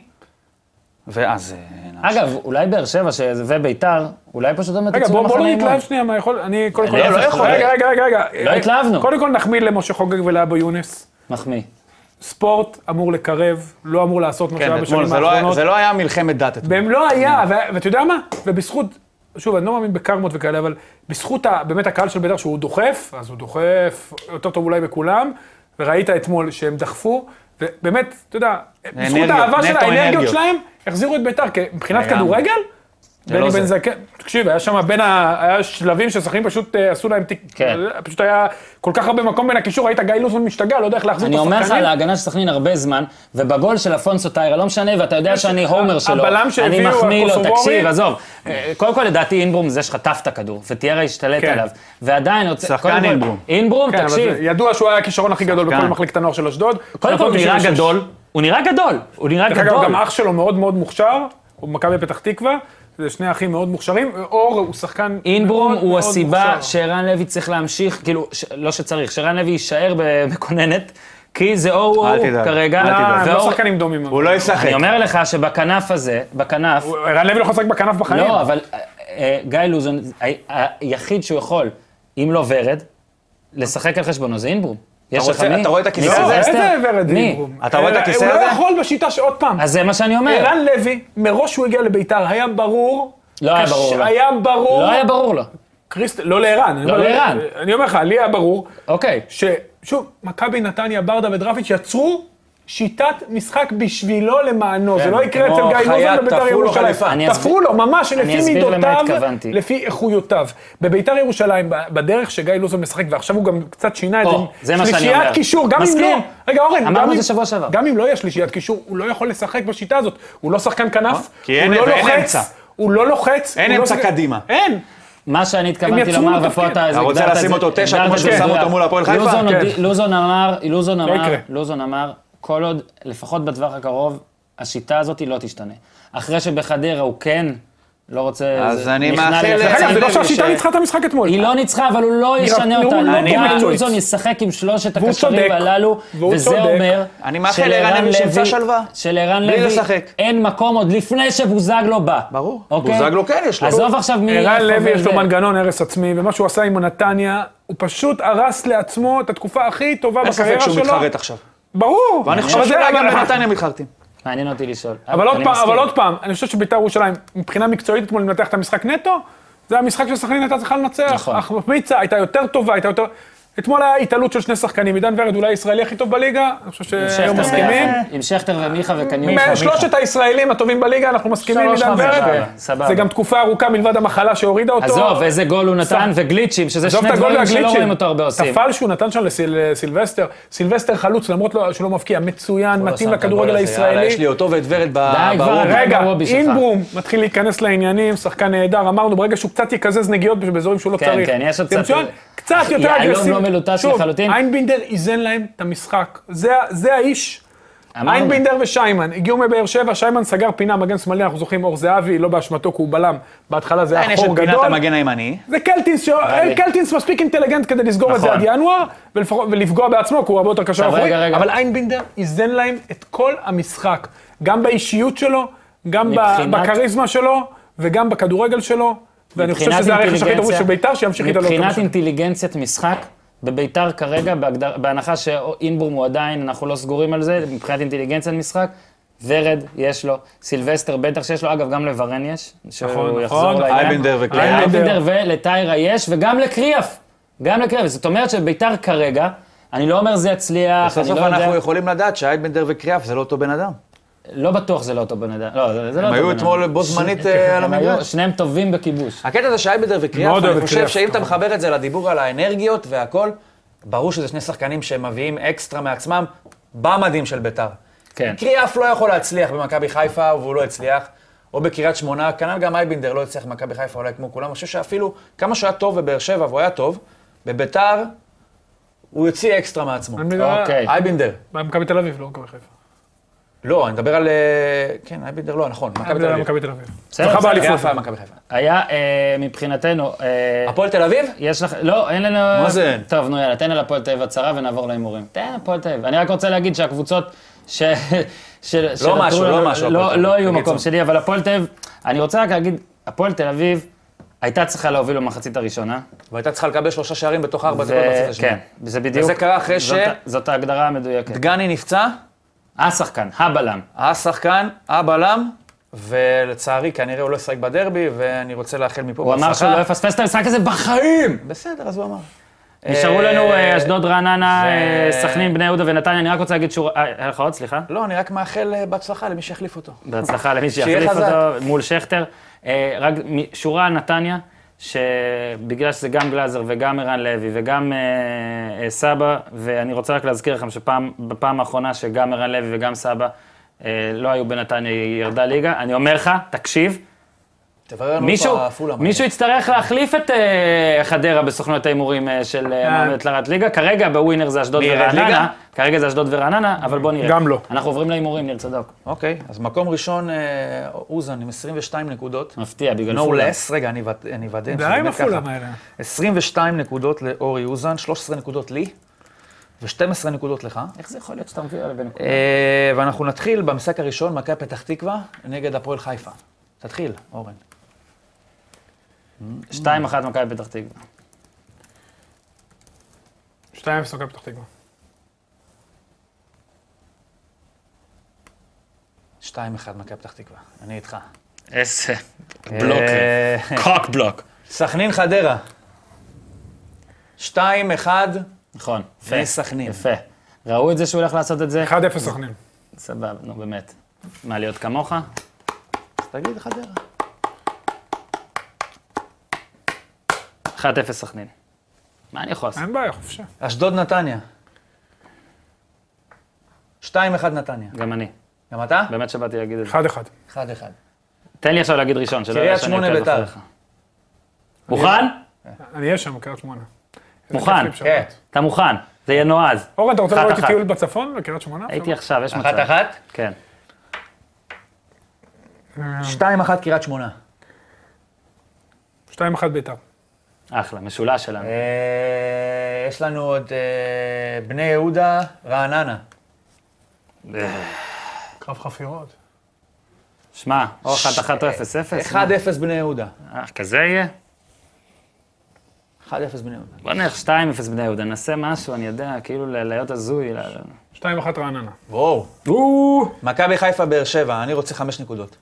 ואז... אה, אגב, אולי באר שבע ש- וביתר, אולי פשוט באמת רגע, יצאו בוא בוא למחנה לא אימון. נתלהב שנייה, מה יכול... אני קודם כל... לא, לא יכול. רגע, רגע, רגע, רגע. לא התלהבנו. קודם כל נחמיא למשה חוגג ולאבו יונס. מחמיא. ספורט אמור לקרב, לא אמור לעשות מה שהיה כן, אתמול, בשנים זה לא היה- האחרונות. זה לא היה מלחמת דת אתמול. והם לא היה, ו- ואתה יודע מה? ובזכות, שוב, אני לא מאמין בקרמות וכאלה, אבל בזכות ה- באמת הקהל של בית"ר שהוא דוחף, אז הוא דוחף יותר טוב אולי מכולם, וראית אתמול שהם דחפו, ובאמת, אתה יודע, בזכות אנרגיות, האהבה של נטו האנרגיות אנרגיות. שלהם, החזירו את בית"ר, כי מבחינת לגמרי. כדורגל, לא בני בן זה. זקן, תקשיב, היה שם בין ה... היה שלבים ששחקנים פשוט אה, עשו להם תיק, כן. פשוט היה כל כך הרבה מקום בין הקישור, ראית גיא לוסון משתגע, לא יודע איך להחזיר את אני השחקנים. אומר לך על ההגנה של סכנין הרבה זמן, ובגול של אפונסו טיירה, לא משנה, ואתה יודע שאני הומר שלו. הבלם אני שהביאו, מחמיא לו, הקוסובורי. תקשיב, עזוב. אה, קודם כל, לדעתי, אינברום זה שחטף את הכדור, וטיירה השתלט כן. עליו. ועדיין, רוצה- שחקן קודם כל- אינברום. אינברום, כן, אבל זה- תקשיב. ידוע שהוא היה הכישרון הכי גדול בכל שחקן. מחלקת הנוער של אשדוד. קודם כל, הוא נראה 96. גדול. הוא נראה גדול. הוא נראה דרך אגב, גדול. גם אח שלו מאוד מאוד מוכשר, הוא במכבי פתח תקווה, זה שני אחים מאוד מוכשרים, אור הוא שחקן אינברום מאוד הוא מאוד הסיבה מוכשר. אה, שערן לוי צריך להמשיך, כאילו, ש... לא שצריך, שערן לוי יישאר במקוננת, כי זה או הוא או אל הוא תדאג, כרגע. אל אה, תדאג. הם ואור- לא שחקנים דומים. הוא לא ישחק. אני אומר לך שבכנף הזה, בכנף, הוא- ערן לוי לא יכול לשחק בכנף בחיים. לא, אבל אה, אה, גיא לוזון, ה- ה- היחיד שהוא יכול, אם לא ורד, לשחק על חשבונו זה אינברום. יש לך רוצה- מי? אתה רואה את הכיסא ניסן הזה? לא, רסטר? איזה ורד מי? אינברום. אתה רואה את אה, הכיסא הוא לא הזה? יכול בשיטה שעוד פעם. אז זה מה שאני אומר. ערן לוי, מראש שהוא הגיע לביתר, היה ברור. לא היה קש- ברור לו. היה ברור. לא היה ברור לו. קריסט- לא לערן. אני לא אומר- לערן. אני אומר לך, לי היה ברור. אוקיי. ששוב, מכבי נתניה, ברדה ודרפיץ' יצרו שיטת משחק בשבילו למענו. זה לא יקרה כן, כמו אצל גיא חיה, לוזון בביתר תפרו לו ירושלים. חליפה. אני תפרו אסביר- לו, ממש, אני לפי אסביר למה מידותיו, התכוונתי. לפי איכויותיו. בביתר ירושלים, ב- בדרך שגיא לוזון משחק, ועכשיו הוא גם קצת שינה את זה. או, זה מה שאני שלישיית אומר. קישור, גם אם מסכים. לא... רגע, אורן, אמרנו גם את אם- זה שבוע שעבר. גם אם לא יהיה שלישיית קישור, הוא לא יכול לשחק בשיטה הזאת. הוא לא שחקן כנף, אה? כי הוא אין- לא ואין לוחץ, אמצע. הוא לא לוחץ. אין הוא לא אמצע שחק- קדימה. אין. מה שאני הם התכוונתי יצרו לומר, לו ופה תפקיד. אתה אתה רוצה הגדרת את לשים זה- אותו תשע הגדרת כמו את שהוא זה שם מדויק. אותו מול הפועל חיפה? לוזון כן. הודיע- לוזון אמר, לוזון אמר, יקרה. לוזון אמר, כל עוד, לפחות בטווח הקרוב, השיטה הזאת לא תשתנה. אחרי שבחדרה הוא כן לא רוצה... אז זה- אני נכנע מאחל- ללחצים. דרך רגע, זה לא ש- שהשיטה ניצחה את המשחק אתמול. היא לא ניצחה, אבל הוא לא ישנה הוא אותה. לא אני טוב אומר, מקצועית. לוזון ישחק עם שלושת והוא הקשרים צודק. הללו, והוא וזה צודק. אומר... אני מאחל שלערן לערן לוי שימצא לוי- שלווה. שלערן בלי לוי לשחק. אין מקום עוד לפני שבוזגלו בא. ברור. אוקיי? בוזגלו כן יש לו. עזוב עכשיו מי... ערן איפה לוי יש לו וזה. מנגנון הרס עצמי, ומה שהוא עשה עם נתניה, הוא פשוט הרס לעצמו את התקופה הכי טובה אין ספק בקריירה שהוא שלו. מתחרט עכשיו. ברור. ואני חושב אבל זה- שאולי גם אבל- בנתניה מתחרטים. מעניין אותי לשאול. אבל עוד אני פעם, מסכים. אבל עוד פעם, אני חושב שביתר ירושלים, מבחינה מקצועית אתמול לנתח את המשחק נטו, זה המשחק שסכנין הייתה צריכה לנצח. נכון. החמיצה הייתה יותר טובה, הייתה יותר... אתמול היה התעלות של שני שחקנים, עידן ורד אולי הישראלי הכי טוב בליגה, אני חושב עם שהיום שכטר מסכימים. ביחד. עם שכטר ומיכה וקניוס. שלושת הישראלים הטובים בליגה, אנחנו מסכימים, שלוש, עידן חמש, ורד. סבבה, סבבה. זה גם תקופה ארוכה מלבד המחלה שהורידה אותו. עזוב, איזה גול הוא נתן, סע. וגליצ'ים, שזה עזוב שני את הגול דברים שלא רואים והגליצ'ים. אותו הרבה עושים. הפעל שהוא נתן שם לסיל- לסילבסטר, סילבסטר חלוץ, למרות לא- שהוא לא מבקיע, מצוין, לא שם מתאים את הגול לכדורגל הזה, יאללה, יש הישראלי. לי אותו ואת ורד ב- די, כבר, ברור. רגע. רגע, ברובי שלך. אינברום מתחיל להיכנס לעניינים, שחקן נהדר, אמרנו, ברגע שהוא קצת יקזז נגיעות באזורים שהוא לא כן, צריך. כן, יש עוד זה קצת- מצוין, קצת יותר יהלום אגרסיבי. לא מלוטש לחלוטין. שוב, איינבינדר איזן להם את המשחק. זה ה- זה האיש אמרנו- איינבינדר ושיימן, הגיעו מבאר שבע, שיימן סגר פינה, מגן שמאלי, אנחנו זוכרים אור זהבי, לא באשמתו, כי הוא בלם. בהתחלה זה עדיין היה אה, יש את חור פינת גדול. המגן הימני. זה קלטינס, ש... קלטינס מספיק אינטליגנט כדי לסגור את זה נכון. עד ינואר, ולפח- ולפגוע בעצמו, כי הוא הרבה יותר קשר עכשיו, אחורי, רגע, רגע. אבל איינבינדר איזן להם את כל המשחק, גם באישיות שלו, גם ב- מבחינת- בכריזמה שלו, וגם בכדורגל שלו, ואני חושב מבחינת שזה הרכש הכי טוב אינטליגנציה- של בית"ר, שימשיך איתו לעוד כמה מבחינת שנים. אינטליגנציית משחק, בביתר כרגע, בהגדר- בהנחה שאינברום הוא עדיין, אנחנו לא סגורים על זה, מבחינת אינטליגנציית משחק, ורד יש לו, סילבסטר בטח שיש לו, אגב, גם לוורן יש, נכון, שהוא יחזור נכון. לעניין. אייבנדר וקריאף. לאייבנדר ולטיירה יש, וגם לקריאף. גם לקריאף. זאת אומרת שביתר כרגע, אני לא אומר זה יצליח, סוף אני סוף לא יודע, אנחנו יכולים לדעת שאייבנדר וקריאף זה לא אותו בן אדם. לא בטוח שזה לא אותו בן אדם. לא, זה- זה לא הם אותו היו בן אדם. כן, אתמול בו זמנית אה, על הם היו- המגרש. שניהם טובים בכיבוש. הקטע זה שאייבנדר וקריאף, מאוד אני אוהב את חושב קריאף, שאם אתה כמובן. מחבר את זה לדיבור על האנרגיות והכל, ברור שזה שני שחקנים שמביאים אקסטרה מעצמם במדים של ביתר. כן. קריאף לא יכול להצליח במכבי חיפה, והוא לא הצליח, או בקריית שמונה, כנ"ל גם אייבנדר לא הצליח במכבי חיפה אולי כמו כולם. אני חושב שאפילו כמה שהוא היה טוב בבאר שבע, והוא היה טוב, בביתר הוא יוציא אקסטרה מעצמו. אייבנדר- אוקיי. אייבנדר. במכבי תל אביב, לא במכבי חיפה. לא, אני מדבר על... אה, כן, אייבנדר לא, נכון, מכבי תל אייבנדר היה אביב. במכבי תל אביב. בסדר, זכה בסדר. באליפות. קריאף היה מכבי חיפה. היה אה, מבחינתנו... אה, הפועל תל אביב? יש לך, לא, אין לנו... מה זה אין? טוב, נו יאללה, תן על הפועל תל אביב הצהרה ונעבור להימורים. תן הפועל תל אביב. אני רק רוצה להגיד שהקבוצות ש... ש... לא משהו, לא משהו, הפועל תל לא, אביב. לא היו בקיצור. מקום שלי, אבל הפועל תל אביב, אני רוצה רק להגיד, הפועל תל אביב הייתה צריכה להוביל במחצית הראשונה. והייתה צריכה לקבל שלושה שערים בתוך ארבע ו- דקות במחצית השנייה. כן, זה בדיוק. וזה קרה אחרי ש- זאת, זאת ההגדרה המדויקת. דגני נפצע, השחקן, הבלם. השחקן, הבלם, ולצערי כנראה הוא לא ישחק בדרבי, ואני רוצה לאחל מפה הוא אמר שהוא לא יפספס את המשחק הזה בחיים! בסדר, אז הוא אמר. נשארו אה, לנו אה, אשדוד, רעננה, אה, זה- סכנין, בני יהודה ונתניה. אני רק רוצה להגיד שהוא... אה, היה לך עוד? סליחה. לא, אני רק מאחל אה, בהצלחה למי שיחליף אותו. בהצלחה למי שיהיה שיחליף חזק. אותו מול שכטר. אה, רק מ- שורה על נתניה, שבגלל שזה גם גלאזר וגם ערן לוי וגם אה, אה, סבא, ואני רוצה רק להזכיר לכם שבפעם האחרונה שגם ערן לוי וגם סבא אה, לא היו בנתניה, היא ירדה ליגה. אני אומר לך, תקשיב, תברר לנו מישהו, איפה לא עפולה. מישהו יצטרך להחליף את אה, חדרה בסוכנות ההימורים אה, של אה, אה. מוות לרעת ליגה. כרגע בווינר זה אשדוד כן. מי ירד ליגה? ורעננה. כרגע זה אשדוד ורעננה, אבל בוא נראה. גם לא. אנחנו עוברים להימורים, ניר צדוק. אוקיי, אז מקום ראשון, אה, אוזן עם 22 נקודות. מפתיע, לא. בגלל No פולה. less, רגע, אני אבד- אני אוודא. די שזה עם באמת ככה. הפולם האלה. 22 נקודות לאורי אוזן, 13 נקודות לי, ו-12 נקודות לך. איך זה יכול להיות שאתה מביא עליו בנקודה? אה, ואנחנו נתחיל במשחק הראשון, מכבי פתח תקווה נגד הפועל חיפה. תתחיל, אורן. 2-1 מכבי פתח תקווה. 2-0 מכבי פתח תקווה. 2-1 מכבי פתח תקווה, אני איתך. איזה אה, קוק בלוק. סכנין חדרה. 2-1 נכון. יפה. וסכנין. יפה. ראו את זה שהוא הולך לעשות את זה? 1-0 סכנין. סבבה, נו באמת. מה, להיות כמוך? אז תגיד חדרה. 1-0 סכנין. מה אני יכול לעשות? אין בעיה, חופשה. אשדוד נתניה. 2-1 נתניה. גם אני. גם אתה? באמת שבאתי להגיד את זה. 1-1. 1-1. תן לי עכשיו להגיד ראשון, שלא קריית יהיה שאני שמונה, עוקב בית"ר. אחריך. מוכן? אני אהיה שם, קריית שמונה. איזה מוכן. כיף לי בשבת. כן. אתה מוכן. זה יהיה נועז. אורן, אתה רוצה לבוא איתי אחת-אחת. טיול בצפון, בקריית שמונה? הייתי עכשיו, יש מצב. 1-1? כן. אה. 2-1 קריית שמונה. 2-1 ביתר. אחלה, משולש שלנו. אה, יש לנו עוד אה, בני יהודה, רעננה. אה. קרב חפירות. שמע, או 1-1 או 0-0. 1-0 בני יהודה. אה, כזה יהיה? 1-0 בני יהודה. בוא נלך 2-0 בני יהודה, נעשה משהו, אני יודע, כאילו ל- להיות הזוי. ל- ל- 2-1 רעננה. וואו. מכבי חיפה באר שבע, אני רוצה חמש נקודות.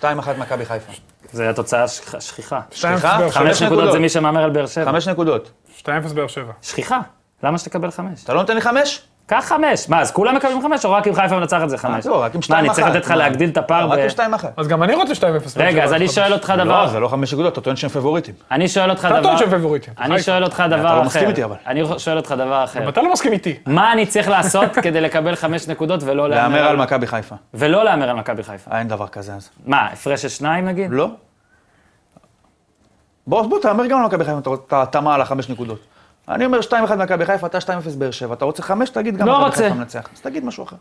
2-1 מכבי חיפה. זה התוצאה שכ- שכיחה. שתיים סליחה? באר שבע. חמש חמש נקודות נקודות. זה מי שמהמר על באר שבע. 5 נקודות. 2-0 באר שבע. שכיחה, למה שתקבל חמש? אתה לא נותן לי 5? קח חמש. מה, אז כולם מקבלים חמש, או רק אם חיפה מנצחת זה חמש? לא, רק עם 2-1. מה, אני צריך לתת לך להגדיל את הפער רק ב... עם 2-1. אז גם אני רוצה 2-0 באר שבע. רגע, אז אני שואל אותך לא, דבר, זה לא 5 נקודות, אתה טוען שהם פבוריטים. אני שואל אותך אתה דבר, טוען שהם פבוריטים. אני שואל אותך דבר לא מסכים אחר, איתי, אבל. אני שואל אותך דבר אחר, אתה לא מסכים איתי. מה אני צריך לעשות כדי לקבל חמש נקודות ולא להמר להמר על מכבי חיפה. ולא להמר על מכבי חיפה? אה, אין דבר כזה אז. מה, הפרש של שניים נגיד? לא? בוא, בוא, תהמר גם על מכבי חיפה, אתה- אתה- אתה טמא על החמש נקודות. אני אומר 2-1 מכבי חיפה, אתה 2-0 באר שבע. אתה רוצה 5, תגיד גם לא מכבי רוצה. חיפה מנצח. אז תגיד משהו אחר.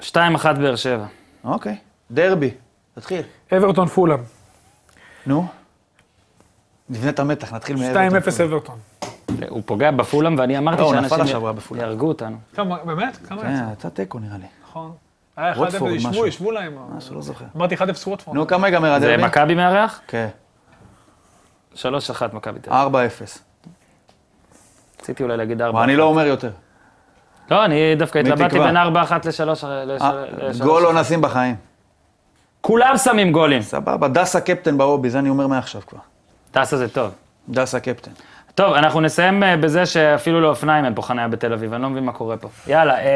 2-1 באר שבע. אוקיי. דרבי, תתחיל. אברטון פולאם, נו. נבנה את המתח, נתחיל 2-0 מאברטון. אברטון. כן. הוא פוגע בפולאם, ואני אמרתי לא, הוא נפל שאנשים השבוע בפולאם. יהרגו אותנו. כמה, באמת? כמה יצא? כן, יצא תיקו נראה לי. נכון. היה 1-0, ווטפורד, משהו. ישבו, ישבו להם. משהו, לא זוכר. אמרתי 1-0 ווטפורד. נו, כמה ייגמר זה הדרבי? מכבי מארח? כן, 3-1 מכבי תל 4-0. אביב. רציתי אולי להגיד 4. אבל אני לא אומר יותר. לא, אני דווקא מי התלבטתי תקבע? בין 4-1 ל-3. אה, גול לא נשים בחיים. כולם שמים גולים. סבבה, דסה קפטן בהובי, זה אני אומר מעכשיו כבר. טסה זה טוב. דסה קפטן. טוב, אנחנו נסיים אה, בזה שאפילו לאופניים אין פה חניה בתל אביב, אני לא מבין מה קורה פה. יאללה, אה,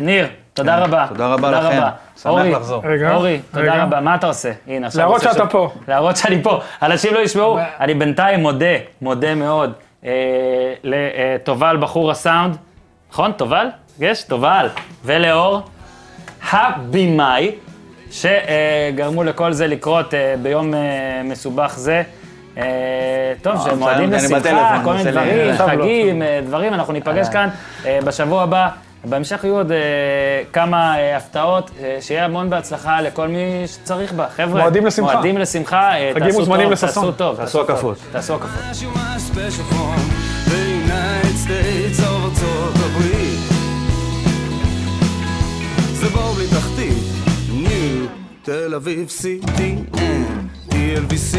ניר, תודה רבה. כן, תודה רבה לכם. שמח אורי, לחזור. רגע, אורי, תודה רגע. רבה, מה אתה עושה? הנה, עכשיו... להראות עושה שאתה ש- פה. להראות שאני פה. אנשים לא ישמעו, אבל- אני בינתיים מודה, מודה מאוד, אה, לתובל בחור הסאונד, נכון? תובל? יש? תובל. ולאור, הבמאי, שגרמו לכל זה לקרות אה, ביום אה, מסובך זה. אה, טוב, אה, שהם מועדים אני לשמחה, בטלפון, כל מיני עושה לי- דברים, עכשיו לא. חגים, אה, דברים, אנחנו ניפגש כאן אה, בשבוע הבא. בהמשך יהיו עוד אה, כמה אה, הפתעות, אה, שיהיה המון בהצלחה לכל מי שצריך בה. חבר'ה, מועדים לשמחה. מועדים לשמחה, אה, חגים תעשו מוזמנים טוב, לששון. תעשו טוב. תעשו טוב, הקפות. תעשו הקפות. As you my special form, the United States of ארצות הברית. זה בור בלי Mm. תחתית, ניו, תל אביב, CDN, TLVC.